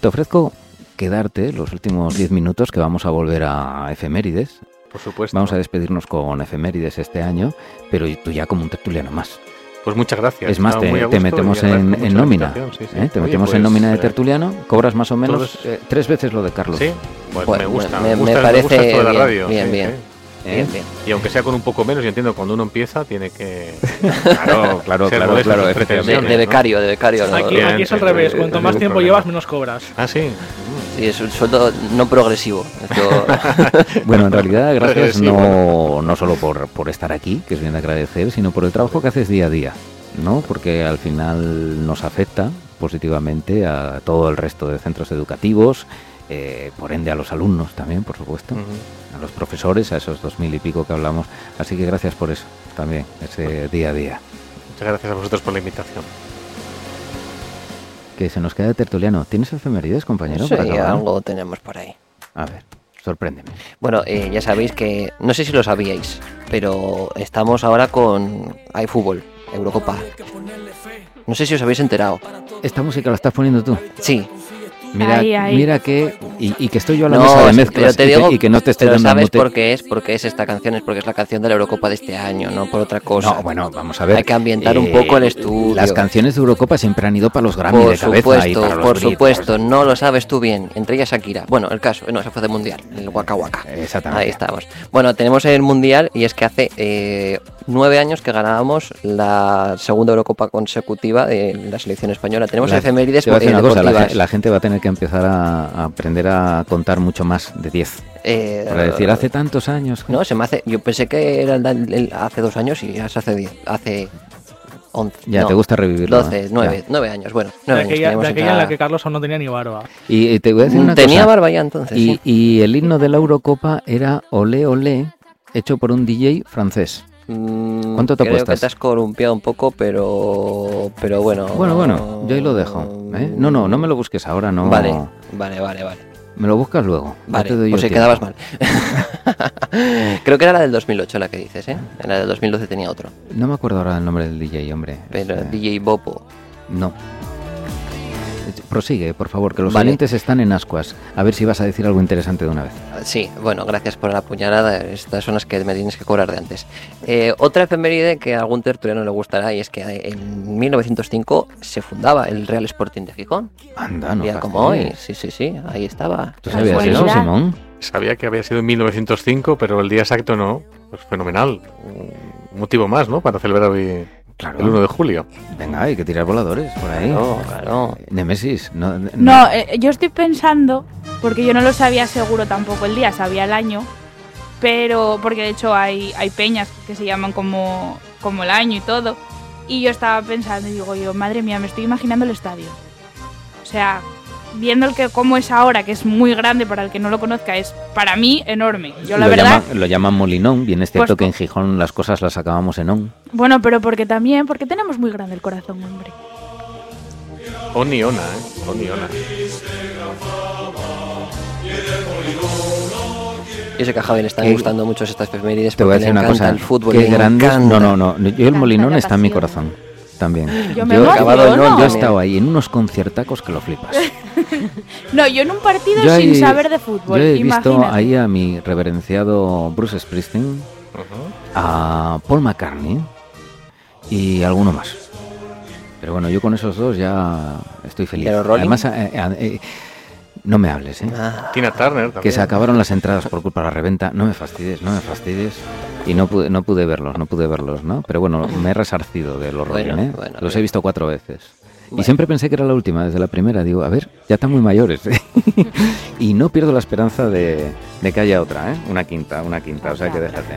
[SPEAKER 1] Te ofrezco quedarte los últimos 10 minutos que vamos a volver a efemérides,
[SPEAKER 8] Por supuesto.
[SPEAKER 1] Vamos a despedirnos con efemérides este año, pero tú ya como un tertuliano más.
[SPEAKER 8] Pues muchas gracias.
[SPEAKER 1] es más,
[SPEAKER 8] Estaba
[SPEAKER 1] te,
[SPEAKER 8] muy a
[SPEAKER 1] te
[SPEAKER 8] gusto
[SPEAKER 1] metemos
[SPEAKER 8] y agradezco
[SPEAKER 1] en,
[SPEAKER 8] mucho
[SPEAKER 1] en
[SPEAKER 8] la
[SPEAKER 1] nómina.
[SPEAKER 8] invitación, sí, sí.
[SPEAKER 1] ¿eh? Te
[SPEAKER 8] Oye,
[SPEAKER 1] metemos
[SPEAKER 8] pues,
[SPEAKER 1] en nómina de
[SPEAKER 8] eh,
[SPEAKER 1] tertuliano, cobras más o menos
[SPEAKER 8] todos-
[SPEAKER 1] eh, tres veces lo de Carlos.
[SPEAKER 8] Sí, pues
[SPEAKER 2] Bueno,
[SPEAKER 8] me gusta.
[SPEAKER 2] me-
[SPEAKER 8] Me,
[SPEAKER 2] me
[SPEAKER 8] gusta, me
[SPEAKER 2] parece
[SPEAKER 8] gusta esto de la
[SPEAKER 2] bien,
[SPEAKER 8] radio.
[SPEAKER 2] bien,
[SPEAKER 8] sí,
[SPEAKER 2] bien.
[SPEAKER 8] sí.
[SPEAKER 1] ¿eh?
[SPEAKER 2] Bien, bien.
[SPEAKER 8] Y aunque sea con un poco menos, yo entiendo, cuando uno empieza
[SPEAKER 1] <laughs>
[SPEAKER 8] tiene que... Claro,
[SPEAKER 1] claro,
[SPEAKER 8] ser
[SPEAKER 1] claro,
[SPEAKER 8] modesto
[SPEAKER 1] claro,
[SPEAKER 8] en
[SPEAKER 1] efectivamente.
[SPEAKER 2] De,
[SPEAKER 8] sus pretensiones,
[SPEAKER 2] de
[SPEAKER 8] ¿no?
[SPEAKER 2] becario, de becario. ¿no?
[SPEAKER 4] Aquí, ¿eh?
[SPEAKER 8] bien,
[SPEAKER 4] aquí es al
[SPEAKER 8] sí,
[SPEAKER 4] revés,
[SPEAKER 8] sí,
[SPEAKER 4] cuanto
[SPEAKER 8] sí,
[SPEAKER 4] más
[SPEAKER 8] ningún
[SPEAKER 4] tiempo
[SPEAKER 8] problema.
[SPEAKER 4] llevas, menos cobras.
[SPEAKER 8] Ah, sí.
[SPEAKER 2] Sí, es un sueldo no progresivo.
[SPEAKER 1] <laughs>
[SPEAKER 2] Esto-
[SPEAKER 1] Bueno, en realidad, gracias
[SPEAKER 8] Sí,
[SPEAKER 1] no, no solo por, por estar aquí, que es bien de agradecer, sino por el trabajo que haces día a día, ¿no? Porque al final nos afecta positivamente a todo el resto de centros educativos, eh, por ende a los alumnos también, por supuesto.
[SPEAKER 8] Ujú.
[SPEAKER 1] a los profesores, a esos dos mil y pico que hablamos. Así que gracias por eso también, ese día a día.
[SPEAKER 8] Muchas gracias a vosotros por la invitación.
[SPEAKER 1] Que se nos queda de tertuliano. ¿Tienes efemérides, compañero?
[SPEAKER 2] Sí,
[SPEAKER 1] para acabar?
[SPEAKER 2] algo tenemos por ahí.
[SPEAKER 1] A ver, sorpréndeme.
[SPEAKER 2] Bueno, eh, ya sabéis que, no sé si lo sabíais, pero estamos ahora con iFútbol, Eurocopa. No sé si os habéis enterado.
[SPEAKER 1] Esta música la estás poniendo tú.
[SPEAKER 2] Sí,
[SPEAKER 1] Mira,
[SPEAKER 5] Ahí, ahí.
[SPEAKER 1] mira que. Y, y que estoy yo a la
[SPEAKER 2] no,
[SPEAKER 1] mesa de
[SPEAKER 2] es-
[SPEAKER 1] mezclas
[SPEAKER 2] pero te
[SPEAKER 1] y que-
[SPEAKER 2] digo,
[SPEAKER 1] y, que, no te estoy
[SPEAKER 2] pero
[SPEAKER 1] dando
[SPEAKER 2] sabes
[SPEAKER 1] mute.
[SPEAKER 2] por qué es, porque es esta canción, es porque es la canción de la Eurocopa de este año, no por otra cosa.
[SPEAKER 1] No, bueno, vamos a ver. Eh,
[SPEAKER 2] Hay que ambientar un poco el estudio.
[SPEAKER 1] Las canciones de Eurocopa siempre han ido para los Grammy
[SPEAKER 2] por
[SPEAKER 1] de cabeza y
[SPEAKER 2] supuesto,
[SPEAKER 1] para los
[SPEAKER 2] por
[SPEAKER 1] Brit.
[SPEAKER 2] supuesto, no lo sabes tú bien. Entre ellas Shakira. Bueno, el caso, no, se fue de mundial, el Waka Waka.
[SPEAKER 1] Eh, Exactamente.
[SPEAKER 2] Ahí estamos. Bueno, tenemos el Mundial y es que hace eh, nueve años que ganábamos la segunda Eurocopa consecutiva de la selección española. Tenemos
[SPEAKER 1] La-
[SPEAKER 2] efemérides
[SPEAKER 1] te voy a decir
[SPEAKER 2] eh,
[SPEAKER 1] una cosa, la,
[SPEAKER 2] deportivas.
[SPEAKER 1] la gente va a tener que empezar a, a aprender a contar mucho más de 10.
[SPEAKER 2] Eh,
[SPEAKER 1] Para decir, hace tantos años.
[SPEAKER 2] No, se me hace... Yo pensé que era el- el- hace dos años y ya se hace diez. Hace 11.
[SPEAKER 1] Ya, te gusta revivirlo.
[SPEAKER 2] 12, 9, 9 años. Bueno, 9
[SPEAKER 4] de
[SPEAKER 2] años.
[SPEAKER 4] aquella,
[SPEAKER 2] teníamos
[SPEAKER 4] de aquella
[SPEAKER 2] ya-
[SPEAKER 4] en la que Carlos aún no tenía ni barba.
[SPEAKER 1] Y, y te voy a decir una
[SPEAKER 2] Tenía
[SPEAKER 1] cosa.
[SPEAKER 2] barba ya entonces.
[SPEAKER 1] y,
[SPEAKER 2] sí.
[SPEAKER 1] y el himno de la Eurocopa era Olé Olé, hecho por un DJ francés.
[SPEAKER 2] Mm,
[SPEAKER 1] ¿Cuánto te
[SPEAKER 2] creo
[SPEAKER 1] apuestas?
[SPEAKER 2] que te has columpiado un poco, pero, pero bueno.
[SPEAKER 1] Bueno, bueno, yo ahí lo dejo. ¿eh? No, no, no me lo busques ahora, no.
[SPEAKER 2] Vale, vale, vale, vale.
[SPEAKER 1] Me lo buscas luego. ya
[SPEAKER 2] Vale,
[SPEAKER 1] te doy
[SPEAKER 2] por
[SPEAKER 1] yo
[SPEAKER 2] si
[SPEAKER 1] tiempo.
[SPEAKER 2] quedabas mal. <laughs> Creo que era la del 2008 la que dices, ¿eh? La del 2012 tenía otro.
[SPEAKER 1] No me acuerdo ahora el nombre del DJ, hombre.
[SPEAKER 2] Pero
[SPEAKER 1] Este,
[SPEAKER 2] DJ Bopo.
[SPEAKER 1] No. Eh, Prosigue, por favor, que los
[SPEAKER 2] Vale.
[SPEAKER 1] oyentes están en ascuas. A ver si vas a decir algo interesante de una vez.
[SPEAKER 2] Sí, bueno, gracias por la puñalada. Estas son las que me tienes que cobrar de antes. Eh, otra efeméride que a algún tertuliano le gustará y es que en 1905 se fundaba el Real Sporting de Gijón.
[SPEAKER 1] Anda, Ah, no.
[SPEAKER 2] Día como hoy.
[SPEAKER 1] fastidies.
[SPEAKER 2] Sí, sí, sí, ahí estaba.
[SPEAKER 1] ¿Tú sabías
[SPEAKER 5] Casualidad.
[SPEAKER 1] eso, Simón?
[SPEAKER 8] Sabía que había sido en 1905, pero el día exacto no. Pues fenomenal. Un motivo más, ¿no? Para celebrar hoy el 1 de julio.
[SPEAKER 1] Venga, hay que tirar voladores por ahí.
[SPEAKER 2] Claro, claro.
[SPEAKER 1] Nemesis, no.
[SPEAKER 5] No, eh, yo estoy pensando, porque yo no lo sabía seguro tampoco el día, sabía el año, pero porque de hecho hay, hay peñas que se llaman como, como el año y todo. Y yo estaba pensando y digo yo, madre mía, me estoy imaginando el estadio. O sea, viendo el que cómo es ahora, que es muy grande para el que no lo conozca, es para mí enorme. Yo la
[SPEAKER 1] lo,
[SPEAKER 5] verdad,
[SPEAKER 1] llaman, lo llaman Molinón, bien es cierto
[SPEAKER 5] Pues-
[SPEAKER 1] que en Gijón las cosas las acabamos en on.
[SPEAKER 5] bueno, pero porque también, porque tenemos muy grande el corazón, hombre.
[SPEAKER 8] Oniona, ¿eh? Oniona.
[SPEAKER 2] Yo sé que a Javier le están
[SPEAKER 1] Qué-
[SPEAKER 2] gustando mucho estas efemérides
[SPEAKER 1] Te voy a
[SPEAKER 2] porque
[SPEAKER 1] decir
[SPEAKER 2] le
[SPEAKER 1] una
[SPEAKER 2] encanta
[SPEAKER 1] cosa.
[SPEAKER 2] el fútbol.
[SPEAKER 1] qué
[SPEAKER 2] le
[SPEAKER 1] grandes.
[SPEAKER 2] encanta.
[SPEAKER 1] No, no, no. Yo el
[SPEAKER 6] la
[SPEAKER 1] Molinón está en mi
[SPEAKER 6] pasión.
[SPEAKER 1] corazón. También.
[SPEAKER 5] Yo me
[SPEAKER 1] yo,
[SPEAKER 5] emociono.
[SPEAKER 2] acabado en on,
[SPEAKER 1] yo he
[SPEAKER 2] también.
[SPEAKER 1] estado ahí en unos conciertacos que lo <laughs> flipas.
[SPEAKER 5] No, yo en un partido
[SPEAKER 1] Yo
[SPEAKER 5] sin
[SPEAKER 1] ahí-
[SPEAKER 5] saber de
[SPEAKER 1] Yo
[SPEAKER 5] fútbol,
[SPEAKER 1] he visto
[SPEAKER 5] imagínate.
[SPEAKER 1] ahí a mi reverenciado Bruce Springsteen,
[SPEAKER 8] Ujú.
[SPEAKER 1] a Paul McCartney y alguno más. Pero bueno, yo con esos dos ya estoy feliz.
[SPEAKER 2] ¿Pero Rolling?
[SPEAKER 1] Además, eh, eh, eh, no me hables, ¿eh?
[SPEAKER 2] Ah,
[SPEAKER 8] Tina Turner también.
[SPEAKER 1] Que se acabaron las entradas por culpa de la reventa. No me fastidies, no me fastidies. Y no pude, no pude verlos, no pude verlos, ¿no? Pero bueno, me he resarcido de los
[SPEAKER 2] Bueno,
[SPEAKER 1] Rolling, ¿eh?
[SPEAKER 2] bueno,
[SPEAKER 1] los he
[SPEAKER 2] bien.
[SPEAKER 1] visto cuatro veces.
[SPEAKER 2] Bueno.
[SPEAKER 1] Y siempre pensé que era la última, desde la primera. Digo, a ver, ya están muy mayores. ¿eh? <laughs> y no pierdo la esperanza de, de que haya otra, ¿eh? Una quinta, una quinta, o sea que déjate.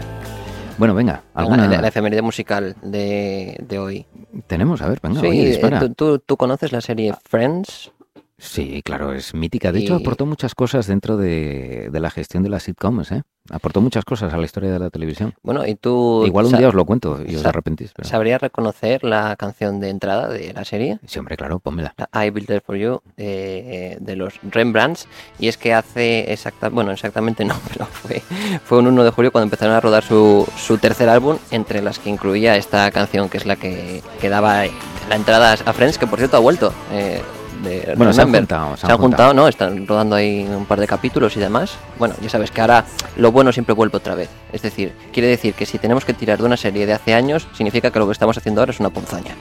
[SPEAKER 1] Bueno, venga, alguna
[SPEAKER 2] la, la efeméride musical de, de hoy.
[SPEAKER 1] tenemos, a ver, venga,
[SPEAKER 2] sí,
[SPEAKER 1] oye,
[SPEAKER 2] eh,
[SPEAKER 1] dispara.
[SPEAKER 2] ¿tú, tú, tú conoces la serie Friends?
[SPEAKER 1] Sí, claro, es mítica. De hecho,
[SPEAKER 2] Y-
[SPEAKER 1] aportó muchas cosas dentro de, de la gestión de las sitcoms, ¿eh? Aportó muchas cosas a la historia de la televisión.
[SPEAKER 2] Bueno, y tú...
[SPEAKER 1] Igual un
[SPEAKER 2] sa-
[SPEAKER 1] día os lo cuento y os
[SPEAKER 2] sa-
[SPEAKER 1] arrepentís. Pero...
[SPEAKER 2] ¿Sabrías reconocer la canción de entrada de la serie?
[SPEAKER 1] Sí, hombre, claro, pónmela.
[SPEAKER 2] La I Built It For You eh, de los Rembrandts y es que hace exacta, bueno exactamente <laughs> no pero fue, fue un 1 de julio cuando empezaron a rodar su, su tercer álbum entre las que incluía esta canción que es la que, que daba la entrada a Friends que por cierto ha vuelto eh, de
[SPEAKER 1] Bueno, se han
[SPEAKER 2] Remember.
[SPEAKER 1] juntado,
[SPEAKER 2] Se han juntado, ¿no? Están rodando ahí un par de capítulos y demás. Bueno, ya sabes que ahora lo bueno siempre vuelve otra vez. Es decir, quiere decir que si tenemos que tirar de una serie de hace años, significa que lo que estamos haciendo ahora es una ponzaña.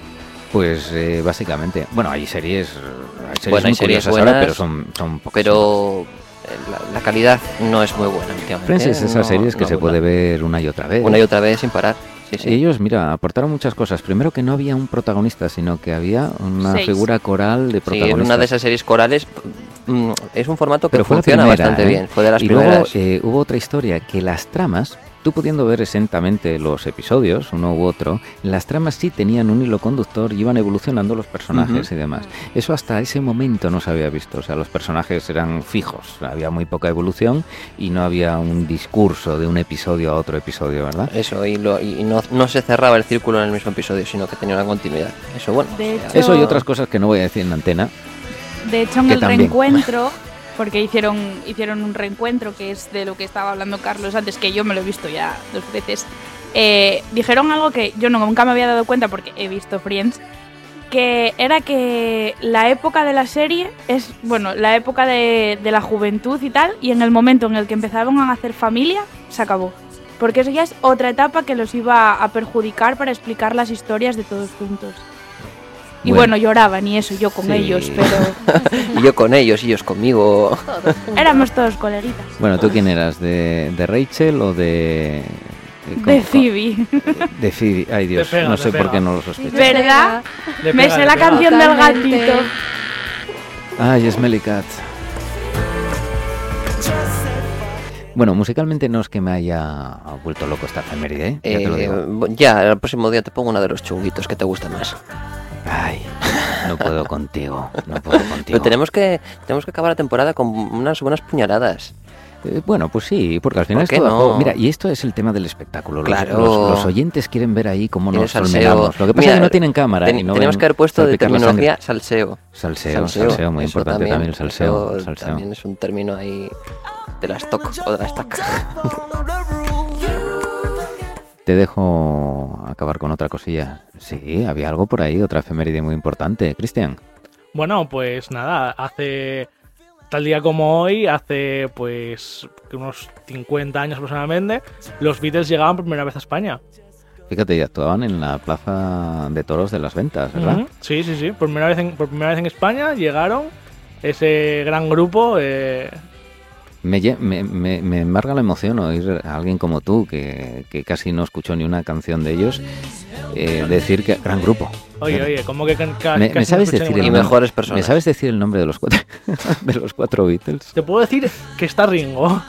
[SPEAKER 1] Pues eh, básicamente, bueno, hay series, hay series
[SPEAKER 2] Bueno, hay
[SPEAKER 1] muy
[SPEAKER 2] series
[SPEAKER 1] curiosas ahora,
[SPEAKER 2] buenas,
[SPEAKER 1] pero son, son pocas.
[SPEAKER 2] pero eh, la, la calidad no es muy buena. últimamente,
[SPEAKER 1] Friends es esas
[SPEAKER 2] no-
[SPEAKER 1] series que
[SPEAKER 2] no
[SPEAKER 1] se puede
[SPEAKER 2] abunda.
[SPEAKER 1] ver una y otra vez.
[SPEAKER 2] una y otra vez sin parar. Sí, sí.
[SPEAKER 1] Ellos, mira, aportaron muchas cosas. Primero que no había un protagonista, sino que había una
[SPEAKER 5] Seis.
[SPEAKER 1] figura coral de
[SPEAKER 2] Sí, es
[SPEAKER 1] protagonistas.
[SPEAKER 2] una de esas series corales. mm, Es un formato que
[SPEAKER 1] Pero fue la
[SPEAKER 2] funciona
[SPEAKER 1] primera,
[SPEAKER 2] bastante
[SPEAKER 1] ¿eh?
[SPEAKER 2] bien. Fue de las
[SPEAKER 1] y luego
[SPEAKER 2] primeras.
[SPEAKER 1] eh, hubo otra historia, que las tramas, tú pudiendo ver exactamente los episodios, uno u otro, las tramas sí tenían un hilo conductor y iban evolucionando los personajes y demás. Eso hasta ese momento no se había visto, o sea, los personajes eran fijos, había muy poca evolución y no había un discurso de un episodio a otro episodio, ¿verdad?
[SPEAKER 2] Eso, y, lo- y no, no se cerraba el círculo en el mismo episodio, sino que tenía una continuidad. Eso, bueno.
[SPEAKER 5] De
[SPEAKER 2] o sea,
[SPEAKER 5] hecho-
[SPEAKER 1] Eso y otras cosas que no voy a decir en antena.
[SPEAKER 5] De hecho, en
[SPEAKER 1] Que
[SPEAKER 5] el
[SPEAKER 1] también.
[SPEAKER 5] reencuentro, porque hicieron, hicieron un reencuentro que es de lo que estaba hablando Carlos antes, que yo me lo he visto ya dos veces, eh, dijeron algo que yo no- nunca me había dado cuenta porque he visto Friends, que era que la época de la serie es, bueno, la época de, de la juventud y tal, y en el momento en el que empezaron a hacer familia, se acabó. Porque eso ya es otra etapa que los iba a perjudicar para explicar las historias de todos juntos. Y bueno, lloraban y eso, yo con
[SPEAKER 1] Sí.
[SPEAKER 5] ellos, pero...
[SPEAKER 2] y yo con ellos, y ellos conmigo.
[SPEAKER 5] Éramos todos coleritas.
[SPEAKER 1] Bueno, ¿tú quién eras? ¿De, de Rachel o de...? eh,
[SPEAKER 5] De Phoebe.
[SPEAKER 1] De Phoebe. Ay Dios,
[SPEAKER 4] pega,
[SPEAKER 1] no
[SPEAKER 4] te
[SPEAKER 1] sé por
[SPEAKER 4] pega.
[SPEAKER 1] qué no lo sospecho.
[SPEAKER 5] ¿Verdad?
[SPEAKER 4] Le
[SPEAKER 5] Me
[SPEAKER 4] pega,
[SPEAKER 5] sé
[SPEAKER 4] le
[SPEAKER 5] la
[SPEAKER 4] pega.
[SPEAKER 5] canción del
[SPEAKER 6] Totalmente.
[SPEAKER 5] gatito.
[SPEAKER 1] Ay, Smelly Cat. Bueno, musicalmente no es que me haya vuelto loco esta efeméride, ¿eh? Ya te lo
[SPEAKER 2] Eh,
[SPEAKER 1] digo.
[SPEAKER 2] bo- ya, el próximo día te pongo una de los chunguitos que te gusta más. <laughs>
[SPEAKER 1] Ay, no puedo contigo, no puedo contigo.
[SPEAKER 2] Pero tenemos que, tenemos que acabar la temporada con unas buenas puñaladas.
[SPEAKER 1] Eh, bueno, pues sí, porque al final
[SPEAKER 2] ¿Por qué
[SPEAKER 1] esto da
[SPEAKER 2] no?
[SPEAKER 1] juego. Mira, y esto es el tema del espectáculo. Los-
[SPEAKER 2] Claro.
[SPEAKER 1] Los, los oyentes quieren ver ahí cómo
[SPEAKER 2] Tiene
[SPEAKER 1] nos
[SPEAKER 2] salseo.
[SPEAKER 1] solmeramos. Lo que pasa
[SPEAKER 2] Mira,
[SPEAKER 1] es que no tienen cámara.
[SPEAKER 2] ten-
[SPEAKER 1] y no
[SPEAKER 2] tenemos
[SPEAKER 1] ven
[SPEAKER 2] que haber puesto de
[SPEAKER 1] salpicar la sangre.
[SPEAKER 2] terminología salseo.
[SPEAKER 1] Salseo, salseo, muy
[SPEAKER 2] eso
[SPEAKER 1] importante también, el salseo.
[SPEAKER 2] eso
[SPEAKER 1] salseo.
[SPEAKER 2] También es un término ahí de las TOC o de las TAC.
[SPEAKER 1] Te dejo acabar con otra cosilla. Sí, había algo por ahí, otra efeméride muy importante. Cristian,
[SPEAKER 4] Bueno, pues nada, hace tal día como hoy, hace pues que unos 50 años aproximadamente, los Beatles llegaban por primera vez a España.
[SPEAKER 1] fíjate, ya actuaban en la plaza de toros de las ventas, ¿verdad?
[SPEAKER 4] Ujú. Sí, sí, sí, por primera vez en, por primera vez en España llegaron ese gran grupo. eh,
[SPEAKER 1] Me, lle- me, me- me embarga la emoción oír a alguien como tú, que, que casi no escuchó ni una canción de ellos, eh, decir que gran grupo.
[SPEAKER 4] oye,
[SPEAKER 1] Me-
[SPEAKER 4] oye, como que can- ca-
[SPEAKER 1] me,
[SPEAKER 4] casi
[SPEAKER 1] me
[SPEAKER 4] no
[SPEAKER 1] sabes
[SPEAKER 4] escuché
[SPEAKER 1] decir el
[SPEAKER 4] ninguna
[SPEAKER 2] Y
[SPEAKER 1] nombre-
[SPEAKER 4] canción?
[SPEAKER 2] mejores personas.
[SPEAKER 1] ¿Me sabes decir el nombre de los cuatro, <laughs> de los cuatro Beatles?
[SPEAKER 4] Te puedo decir que está Ringo.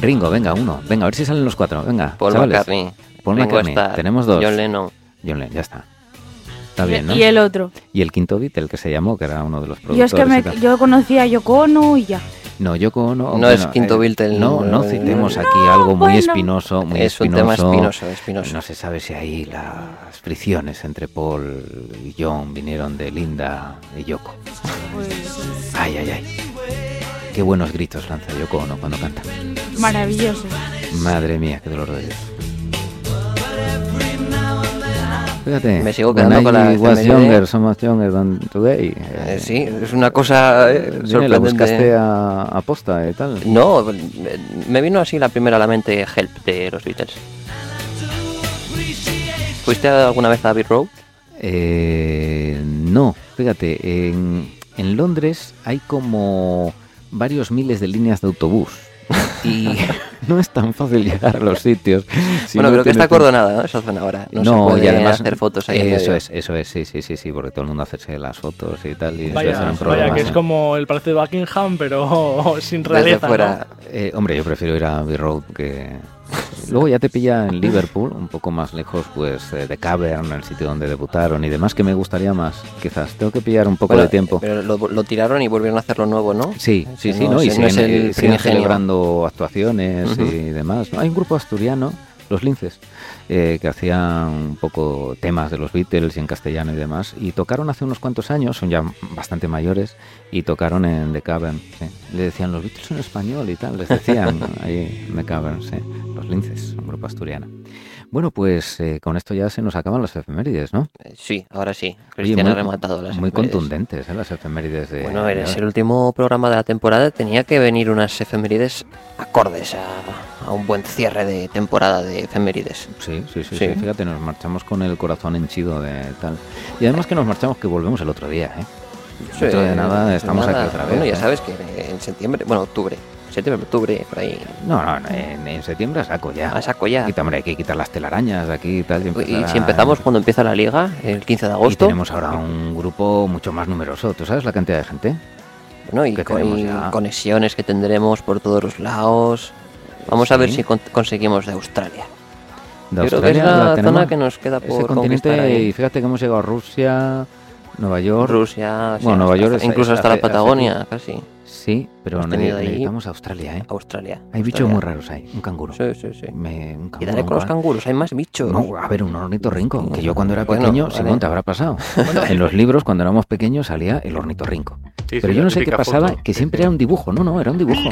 [SPEAKER 1] Ringo, venga, uno. Venga, a ver si salen los cuatro. Venga,
[SPEAKER 2] Paul
[SPEAKER 1] chavales.
[SPEAKER 2] McCartney.
[SPEAKER 1] Paul
[SPEAKER 2] Ringo
[SPEAKER 1] McCartney.
[SPEAKER 2] Starr,
[SPEAKER 1] Tenemos dos.
[SPEAKER 2] John Lennon.
[SPEAKER 1] John Lennon, ya está. Está bien, ¿no?
[SPEAKER 5] <laughs> Y el otro.
[SPEAKER 1] Y el quinto Beatle que se llamó, que era uno de los
[SPEAKER 5] Yo es
[SPEAKER 1] productores.
[SPEAKER 5] que me,
[SPEAKER 1] y tal.
[SPEAKER 5] yo conocía a Yoko Ono y ya.
[SPEAKER 1] No, Yoko no.
[SPEAKER 2] No es quinto Beatle,
[SPEAKER 1] No, no
[SPEAKER 2] eh,
[SPEAKER 1] citemos
[SPEAKER 2] no,
[SPEAKER 1] aquí algo muy
[SPEAKER 5] bueno.
[SPEAKER 1] espinoso, muy
[SPEAKER 2] es un
[SPEAKER 1] espinoso.
[SPEAKER 2] tema espinoso, espinoso.
[SPEAKER 1] No se sabe si ahí las fricciones entre Paul y John vinieron de Linda y Yoko.
[SPEAKER 5] Pues,
[SPEAKER 1] Ay, ay, ay. Qué buenos gritos lanza Yoko Ono cuando canta.
[SPEAKER 5] Maravilloso.
[SPEAKER 1] Madre mía, qué dolor de Dios. Fíjate.
[SPEAKER 2] Me sigo
[SPEAKER 1] when
[SPEAKER 2] quedando con la
[SPEAKER 1] I was
[SPEAKER 2] efeméride.
[SPEAKER 1] younger, so much younger than today.
[SPEAKER 2] Eh, sí, ¿eh? es una cosa eh,
[SPEAKER 1] Dime, ¿La buscaste
[SPEAKER 2] sorprendente.
[SPEAKER 1] a, a posta y tal?
[SPEAKER 2] No, me- me vino así la primera a la mente Help de los Beatles. ¿Fuiste alguna vez a Abbey Road?
[SPEAKER 1] Eh, no, fíjate, en, en Londres hay como varios miles de líneas de autobús <laughs> y no es tan fácil llegar a los sitios. si
[SPEAKER 2] bueno,
[SPEAKER 1] no
[SPEAKER 2] creo que está
[SPEAKER 1] tienes un-
[SPEAKER 2] acordonada, ¿no? Esa zona ahora. No,
[SPEAKER 1] No,
[SPEAKER 2] se puede
[SPEAKER 1] y además
[SPEAKER 2] hacer fotos ahí. en
[SPEAKER 1] Eso
[SPEAKER 2] medio.
[SPEAKER 1] es, eso es, sí, sí, sí, sí, porque todo el mundo hace las fotos y tal. Y eso es
[SPEAKER 4] Vaya,
[SPEAKER 1] un problema,
[SPEAKER 4] vaya, que es
[SPEAKER 1] ¿eh?
[SPEAKER 4] como el Palacio de Buckingham, pero <laughs> sin
[SPEAKER 2] Desde
[SPEAKER 4] realeza. ¿no?
[SPEAKER 2] fuera.
[SPEAKER 1] Eh, hombre, yo prefiero ir a Abbey Road que... Luego ya te pilla en Liverpool, un poco más lejos, pues, eh, de Cavern, el sitio donde debutaron y demás, que me gustaría más, quizás. Tengo que pillar un poco
[SPEAKER 2] Bueno,
[SPEAKER 1] de tiempo.
[SPEAKER 2] Pero lo, lo tiraron y volvieron a hacerlo nuevo, ¿no?
[SPEAKER 1] Sí, sí,
[SPEAKER 2] Ese
[SPEAKER 1] sí,
[SPEAKER 2] no-
[SPEAKER 1] ¿no? Y
[SPEAKER 2] ese no es
[SPEAKER 1] siguen,
[SPEAKER 2] el
[SPEAKER 1] eh, siguen
[SPEAKER 2] primigenio.
[SPEAKER 1] celebrando actuaciones
[SPEAKER 2] Ujú.
[SPEAKER 1] y demás. ¿no? Hay un grupo asturiano, Los Linces, eh, que hacían un poco temas de los Beatles y en castellano y demás. Y tocaron hace unos cuantos años, son ya bastante mayores, y tocaron en The Cavern. sí. Le decían, los Beatles son español y tal, les
[SPEAKER 2] <laughs>
[SPEAKER 1] decían ahí en The Cavern, sí. Los Linces, un grupo asturiano. Bueno, pues eh, con esto ya se nos acaban las efemérides, ¿no?
[SPEAKER 2] Eh, Sí, ahora sí.
[SPEAKER 1] Oye,
[SPEAKER 2] Cristian ha
[SPEAKER 1] muy-
[SPEAKER 2] rematado las
[SPEAKER 1] Muy ¿eh?
[SPEAKER 2] efemérides.
[SPEAKER 1] contundentes ¿eh? las efemérides de...
[SPEAKER 2] Bueno,
[SPEAKER 1] de
[SPEAKER 2] en
[SPEAKER 1] hoy.
[SPEAKER 2] el último programa de la temporada tenía que venir unas efemérides acordes a, a un buen cierre de temporada de efemérides.
[SPEAKER 1] Sí, sí, sí,
[SPEAKER 2] Sí.
[SPEAKER 1] sí. Fíjate, nos marchamos con el corazón henchido de tal. Y además que nos marchamos que volvemos el otro día, ¿eh? Dentro de nada estamos aquí otra vez,
[SPEAKER 2] Bueno, ya
[SPEAKER 1] ¿eh?
[SPEAKER 2] sabes que en septiembre, bueno, octubre, septiembre, octubre, por ahí,
[SPEAKER 1] No, no, no, en, en septiembre a saco ya.
[SPEAKER 2] a saco ya.
[SPEAKER 1] Quita, hombre, hay que quitar las telarañas de aquí y tal. Y, empezar
[SPEAKER 2] Y
[SPEAKER 1] a-
[SPEAKER 2] si empezamos cuando empieza la liga, el 15 de
[SPEAKER 1] Y
[SPEAKER 2] agosto,
[SPEAKER 1] tenemos ahora un grupo mucho más numeroso. ¿Tú sabes la cantidad de gente?
[SPEAKER 2] bueno, y,
[SPEAKER 1] que
[SPEAKER 2] con-
[SPEAKER 1] tenemos
[SPEAKER 2] y
[SPEAKER 1] ya.
[SPEAKER 2] conexiones que tendremos por todos los lados. Vamos a ver
[SPEAKER 1] Sí.
[SPEAKER 2] si con- conseguimos de Australia.
[SPEAKER 1] De
[SPEAKER 2] Yo creo que es
[SPEAKER 1] Australia
[SPEAKER 2] la,
[SPEAKER 1] tenemos.
[SPEAKER 2] zona que nos queda
[SPEAKER 1] Ese
[SPEAKER 2] por conquistar
[SPEAKER 1] continente,
[SPEAKER 2] ahí.
[SPEAKER 1] y fíjate que hemos llegado a Rusia, Nueva York.
[SPEAKER 2] Rusia, sí,
[SPEAKER 1] Bueno, Nueva
[SPEAKER 2] hasta-
[SPEAKER 1] York
[SPEAKER 2] hasta-
[SPEAKER 1] es-
[SPEAKER 2] incluso
[SPEAKER 1] es-
[SPEAKER 2] hasta
[SPEAKER 1] hace-
[SPEAKER 2] la Patagonia, casi.
[SPEAKER 1] Sí, pero
[SPEAKER 2] Hemos tenido
[SPEAKER 1] ne-
[SPEAKER 2] ahí-
[SPEAKER 1] necesitamos Australia, ¿eh?
[SPEAKER 2] Australia.
[SPEAKER 1] Hay
[SPEAKER 2] Australia.
[SPEAKER 1] bichos muy raros ahí. Un canguro.
[SPEAKER 2] Sí, sí, sí.
[SPEAKER 1] Me- un
[SPEAKER 2] Y
[SPEAKER 1] canguro,
[SPEAKER 2] dale
[SPEAKER 1] un
[SPEAKER 2] con los
[SPEAKER 1] guan-
[SPEAKER 2] canguros, hay más bichos.
[SPEAKER 1] No, a ver, un ornitorrinco, que yo cuando era
[SPEAKER 2] Bueno,
[SPEAKER 1] pequeño,
[SPEAKER 2] vale.
[SPEAKER 1] Simón, te habrá pasado. En los libros, cuando éramos pequeños, salía el ornitorrinco. Pero yo no sé qué pasaba, que siempre era un dibujo. No, no, era un dibujo.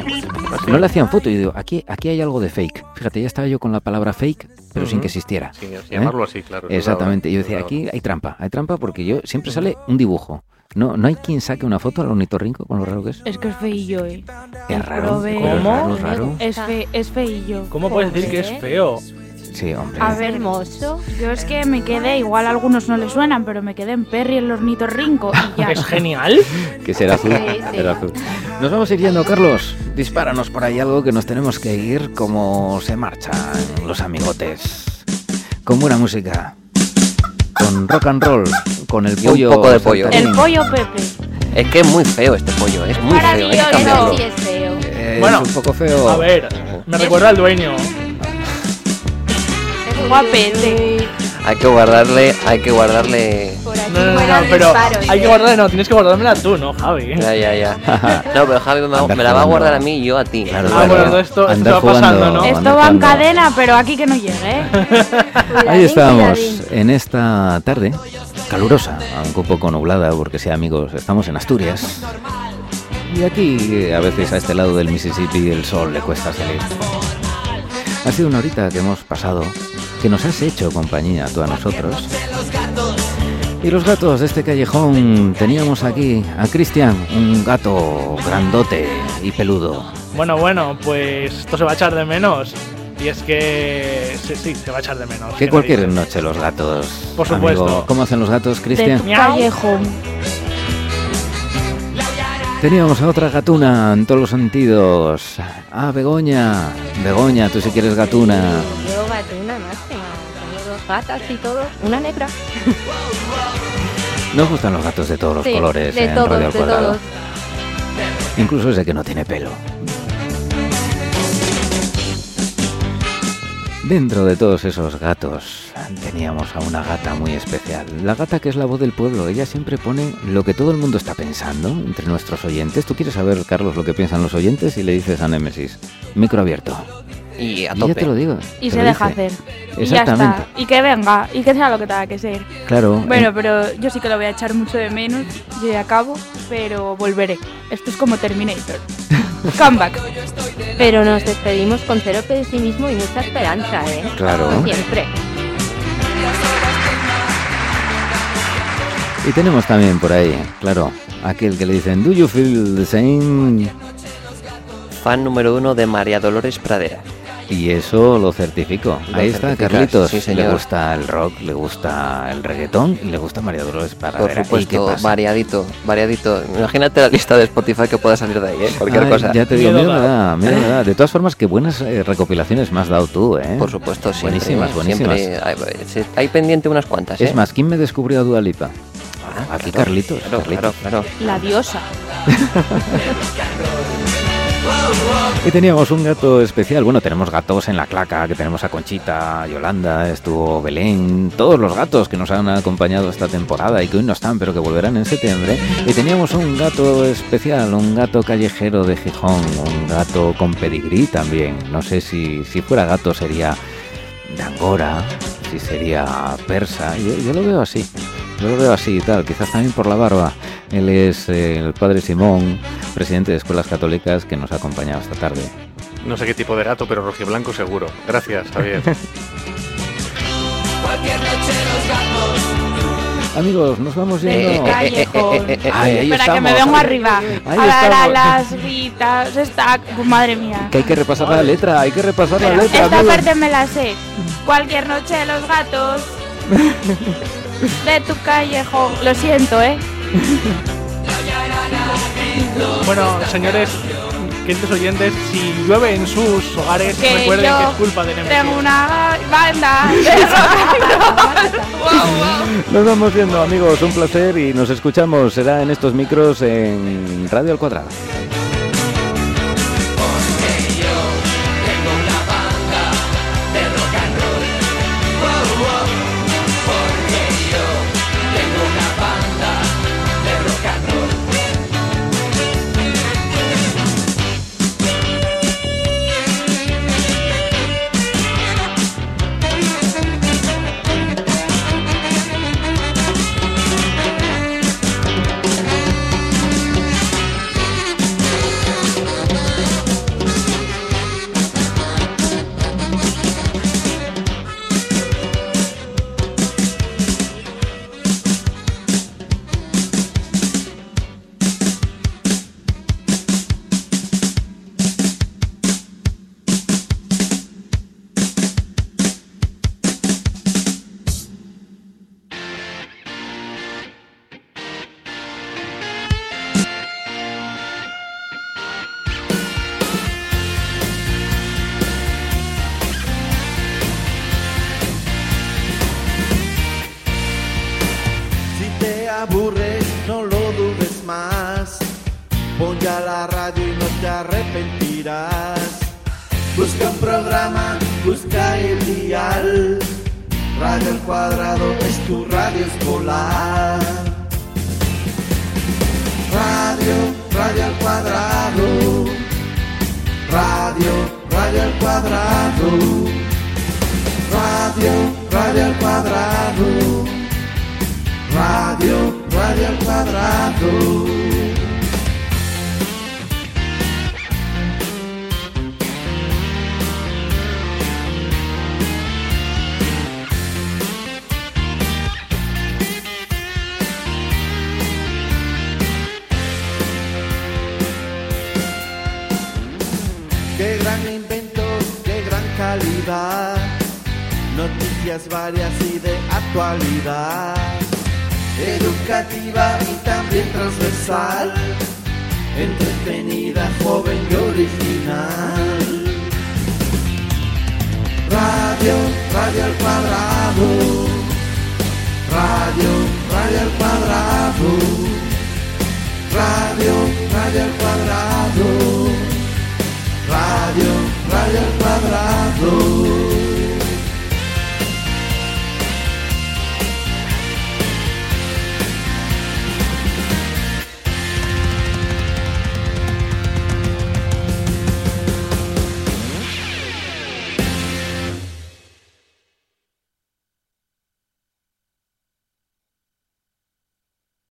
[SPEAKER 1] No le hacían foto. Y digo, aquí, aquí hay algo de fake. Fíjate, ya estaba yo con la palabra fake, pero sin
[SPEAKER 8] Ujú. Pues
[SPEAKER 1] que existiera.
[SPEAKER 8] Sí, llamarlo así, claro. es
[SPEAKER 1] ¿Eh? Exactamente.
[SPEAKER 8] verdad,
[SPEAKER 1] Yo
[SPEAKER 8] es
[SPEAKER 1] decía,
[SPEAKER 8] verdad.
[SPEAKER 1] aquí hay trampa. Hay trampa porque yo siempre sale un dibujo. No, no hay quien saque una foto al ornitorrinco con lo raro que es.
[SPEAKER 5] Es que es feillo, eh.
[SPEAKER 1] Es raro.
[SPEAKER 5] Probé.
[SPEAKER 1] pero es
[SPEAKER 4] ¿Cómo?
[SPEAKER 1] raro, es raro.
[SPEAKER 5] Es, fe, es feillo.
[SPEAKER 4] ¿Cómo puedes decir que es feo?
[SPEAKER 1] Sí, hombre.
[SPEAKER 5] A ver,
[SPEAKER 6] Hermoso.
[SPEAKER 5] Yo es que me quedé, igual a algunos no les suenan, pero me quedé en Perry el ornitorrinco y ya.
[SPEAKER 4] Es genial.
[SPEAKER 1] Que será azul.
[SPEAKER 6] Sí, sí.
[SPEAKER 1] será azul. Nos vamos a ir yendo, Carlos. Dispáranos por ahí algo que nos tenemos que ir como se marchan los amigotes. Con buena música. Con rock and roll. Con el
[SPEAKER 2] Y un
[SPEAKER 1] pollo.
[SPEAKER 2] poco de pollo.
[SPEAKER 1] saltarín.
[SPEAKER 5] El pollo Pepe.
[SPEAKER 2] Es que es muy feo este pollo, es muy feo. hay que
[SPEAKER 6] Eso
[SPEAKER 2] cambiarlo.
[SPEAKER 6] sí es feo.
[SPEAKER 1] Eh,
[SPEAKER 4] Bueno,
[SPEAKER 1] es un poco feo.
[SPEAKER 4] A ver, Me recuerda al dueño.
[SPEAKER 5] Es guapete.
[SPEAKER 2] Hay que guardarle, hay que guardarle.
[SPEAKER 7] Por aquí
[SPEAKER 4] No, no, no,
[SPEAKER 7] fuera
[SPEAKER 4] no, pero
[SPEAKER 7] disparos.
[SPEAKER 4] hay que guardarla, no, tienes que guardármela tú, ¿no, Javi?
[SPEAKER 2] Ya, ya, ya.
[SPEAKER 1] <laughs>
[SPEAKER 2] No, pero Javi me, va-
[SPEAKER 1] Andar
[SPEAKER 2] me la va a
[SPEAKER 1] jugando.
[SPEAKER 2] guardar a mí y yo a ti.
[SPEAKER 1] Claro,
[SPEAKER 4] Ah,
[SPEAKER 1] claro.
[SPEAKER 4] bueno, esto- esto
[SPEAKER 1] Andar
[SPEAKER 4] va pasando,
[SPEAKER 1] jugando-
[SPEAKER 4] ¿no?
[SPEAKER 5] Esto
[SPEAKER 1] andar
[SPEAKER 5] va en
[SPEAKER 1] jugando.
[SPEAKER 5] cadena, pero aquí que no llegue, ¿eh?
[SPEAKER 1] Ahí
[SPEAKER 7] Cuidadín,
[SPEAKER 1] estamos,
[SPEAKER 7] cuidadín.
[SPEAKER 1] en esta tarde calurosa, aunque un poco nublada, porque sea amigos, estamos en Asturias. Y aquí, eh, a veces a este lado del Mississippi, el sol le cuesta salir. Ha sido una horita que hemos pasado, que nos has hecho compañía tú a nosotros. Y los gatos de este callejón, teníamos aquí a Cristian, un gato grandote y peludo.
[SPEAKER 4] Bueno, bueno, pues esto se va a echar de menos. Y es que. Sí, sí, se va a echar de menos.
[SPEAKER 1] Que
[SPEAKER 4] me
[SPEAKER 1] cualquier
[SPEAKER 4] dices?
[SPEAKER 1] noche los gatos.
[SPEAKER 4] Por
[SPEAKER 1] amigo.
[SPEAKER 4] supuesto.
[SPEAKER 1] ¿Cómo hacen los gatos, Cristian?
[SPEAKER 5] De callejón.
[SPEAKER 1] Teníamos a otra gatuna en todos los sentidos. Ah, Begoña. Begoña, tú si quieres gatuna.
[SPEAKER 7] Yo gatuna máxima. Tengo dos gatas y todo. Una negra.
[SPEAKER 1] Nos gustan los gatos de todos los
[SPEAKER 7] Sí,
[SPEAKER 1] colores
[SPEAKER 7] de
[SPEAKER 1] en
[SPEAKER 7] todos,
[SPEAKER 1] Radio al
[SPEAKER 7] de
[SPEAKER 1] Cuadrado.
[SPEAKER 7] todos.
[SPEAKER 1] Incluso ese que no tiene pelo. Dentro de todos esos gatos teníamos a una gata muy especial. La gata que es la voz del pueblo. Ella siempre pone lo que todo el mundo está pensando entre nuestros oyentes. ¿Tú quieres saber, Carlos, lo que piensan los oyentes? Y le dices a Némesis, micro abierto.
[SPEAKER 2] Y a
[SPEAKER 1] Y ya te lo
[SPEAKER 2] tope.
[SPEAKER 1] digo.
[SPEAKER 5] Y
[SPEAKER 1] te
[SPEAKER 5] se
[SPEAKER 1] lo
[SPEAKER 5] deja
[SPEAKER 1] dice.
[SPEAKER 5] hacer. Y ya
[SPEAKER 1] Exactamente.
[SPEAKER 5] está. Y que venga, y que sea lo que tenga que ser.
[SPEAKER 1] Claro.
[SPEAKER 5] Bueno, pero yo sí que lo voy a echar mucho de menos. Yo ya acabo, pero volveré. Esto es como Terminator.
[SPEAKER 1] <laughs>
[SPEAKER 5] Comeback.
[SPEAKER 7] Pero nos despedimos con cero pesimismo y mucha esperanza, ¿eh?
[SPEAKER 1] eh, claro.
[SPEAKER 7] Como siempre.
[SPEAKER 1] Y tenemos también por ahí, claro, aquel que le dicen, ¿Do you feel the same?
[SPEAKER 2] Fan número uno de María Dolores Pradera.
[SPEAKER 1] Y eso lo certifico.
[SPEAKER 2] Lo
[SPEAKER 1] ahí está,
[SPEAKER 2] certificas,
[SPEAKER 1] Carlitos.
[SPEAKER 2] sí, señor.
[SPEAKER 1] le gusta el rock, le gusta el reggaetón y le gusta María Dolores para
[SPEAKER 2] Por supuesto, variadito, variadito. Imagínate la lista de Spotify que pueda salir de ahí, ¿eh? Cualquier cosa.
[SPEAKER 1] Ya te digo,
[SPEAKER 4] Miedo
[SPEAKER 1] miedo me
[SPEAKER 4] da.
[SPEAKER 1] da, miedo me da. De todas formas, qué buenas eh, recopilaciones me has dado tú, ¿eh?
[SPEAKER 2] Por supuesto, siempre.
[SPEAKER 1] Buenísimas, buenísimas.
[SPEAKER 2] siempre hay, se- hay pendiente unas cuantas, ¿eh?
[SPEAKER 1] Es más, ¿quién me descubrió a Dualipa?
[SPEAKER 2] Ah,
[SPEAKER 1] Aquí
[SPEAKER 2] claro,
[SPEAKER 1] Carlitos,
[SPEAKER 2] Claro,
[SPEAKER 1] Carlitos.
[SPEAKER 2] claro, claro.
[SPEAKER 5] La diosa.
[SPEAKER 1] Y teníamos un gato especial. Bueno, tenemos gatos en la claca, que tenemos a Conchita, a Yolanda, estuvo Belén, todos los gatos que nos han acompañado esta temporada y que hoy no están, pero que volverán en septiembre. Y teníamos un gato especial, un gato callejero de Gijón, un gato con pedigrí también. No sé si, si fuera gato sería de Angora, si sería persa. Yo, yo lo veo así, yo lo veo así y tal, quizás también por la barba. Él es eh, el padre Simón, presidente de Escuelas Católicas, que nos ha acompañado esta tarde.
[SPEAKER 8] No sé qué tipo de gato, pero rojiblanco seguro. Gracias, Javier.
[SPEAKER 1] Amigos, nos vamos
[SPEAKER 5] Eh,
[SPEAKER 1] yendo.
[SPEAKER 5] eh,
[SPEAKER 1] Ay, ahí
[SPEAKER 5] Espera, que me
[SPEAKER 1] estamos.
[SPEAKER 5] vengo arriba.
[SPEAKER 1] Ahí
[SPEAKER 5] a la- la-
[SPEAKER 1] estamos.
[SPEAKER 5] las ritas, esta. Pues madre mía.
[SPEAKER 1] Que hay que repasar la letra, hay que repasar la
[SPEAKER 5] Espera,
[SPEAKER 1] letra.
[SPEAKER 5] esta
[SPEAKER 1] amigos.
[SPEAKER 5] parte me la sé. Cualquier noche de
[SPEAKER 1] <laughs>
[SPEAKER 5] los gatos. De tu callejón. Lo siento, ¿eh?
[SPEAKER 4] Bueno, señores, queridos oyentes, si llueve en sus hogares,
[SPEAKER 5] Que
[SPEAKER 4] recuerden
[SPEAKER 5] yo
[SPEAKER 4] que es culpa de Nemesis.
[SPEAKER 5] Tengo una banda
[SPEAKER 1] <laughs>
[SPEAKER 5] de rock and roll.
[SPEAKER 1] Nos vamos viendo, amigos. Un placer y nos escuchamos. Será en estos micros en Radio al Cuadrado.
[SPEAKER 9] Si te aburres, no lo dudes más. Pon ya la radio y no te arrepentirás. Busca busca un programa, busca el dial. Radio al cuadrado es tu radio escolar. Radio, radio al cuadrado. Radio, radio al cuadrado. Radio, radio al cuadrado. Radio, radio al cuadrado. Qué gran invento, qué gran calidad. Noticias varias y de actualidad. Educativa y también transversal. Entretenida, joven y original. Radio, radio al cuadrado. Radio, radio al cuadrado. Radio, radio al cuadrado. Radio, radio al cuadrado.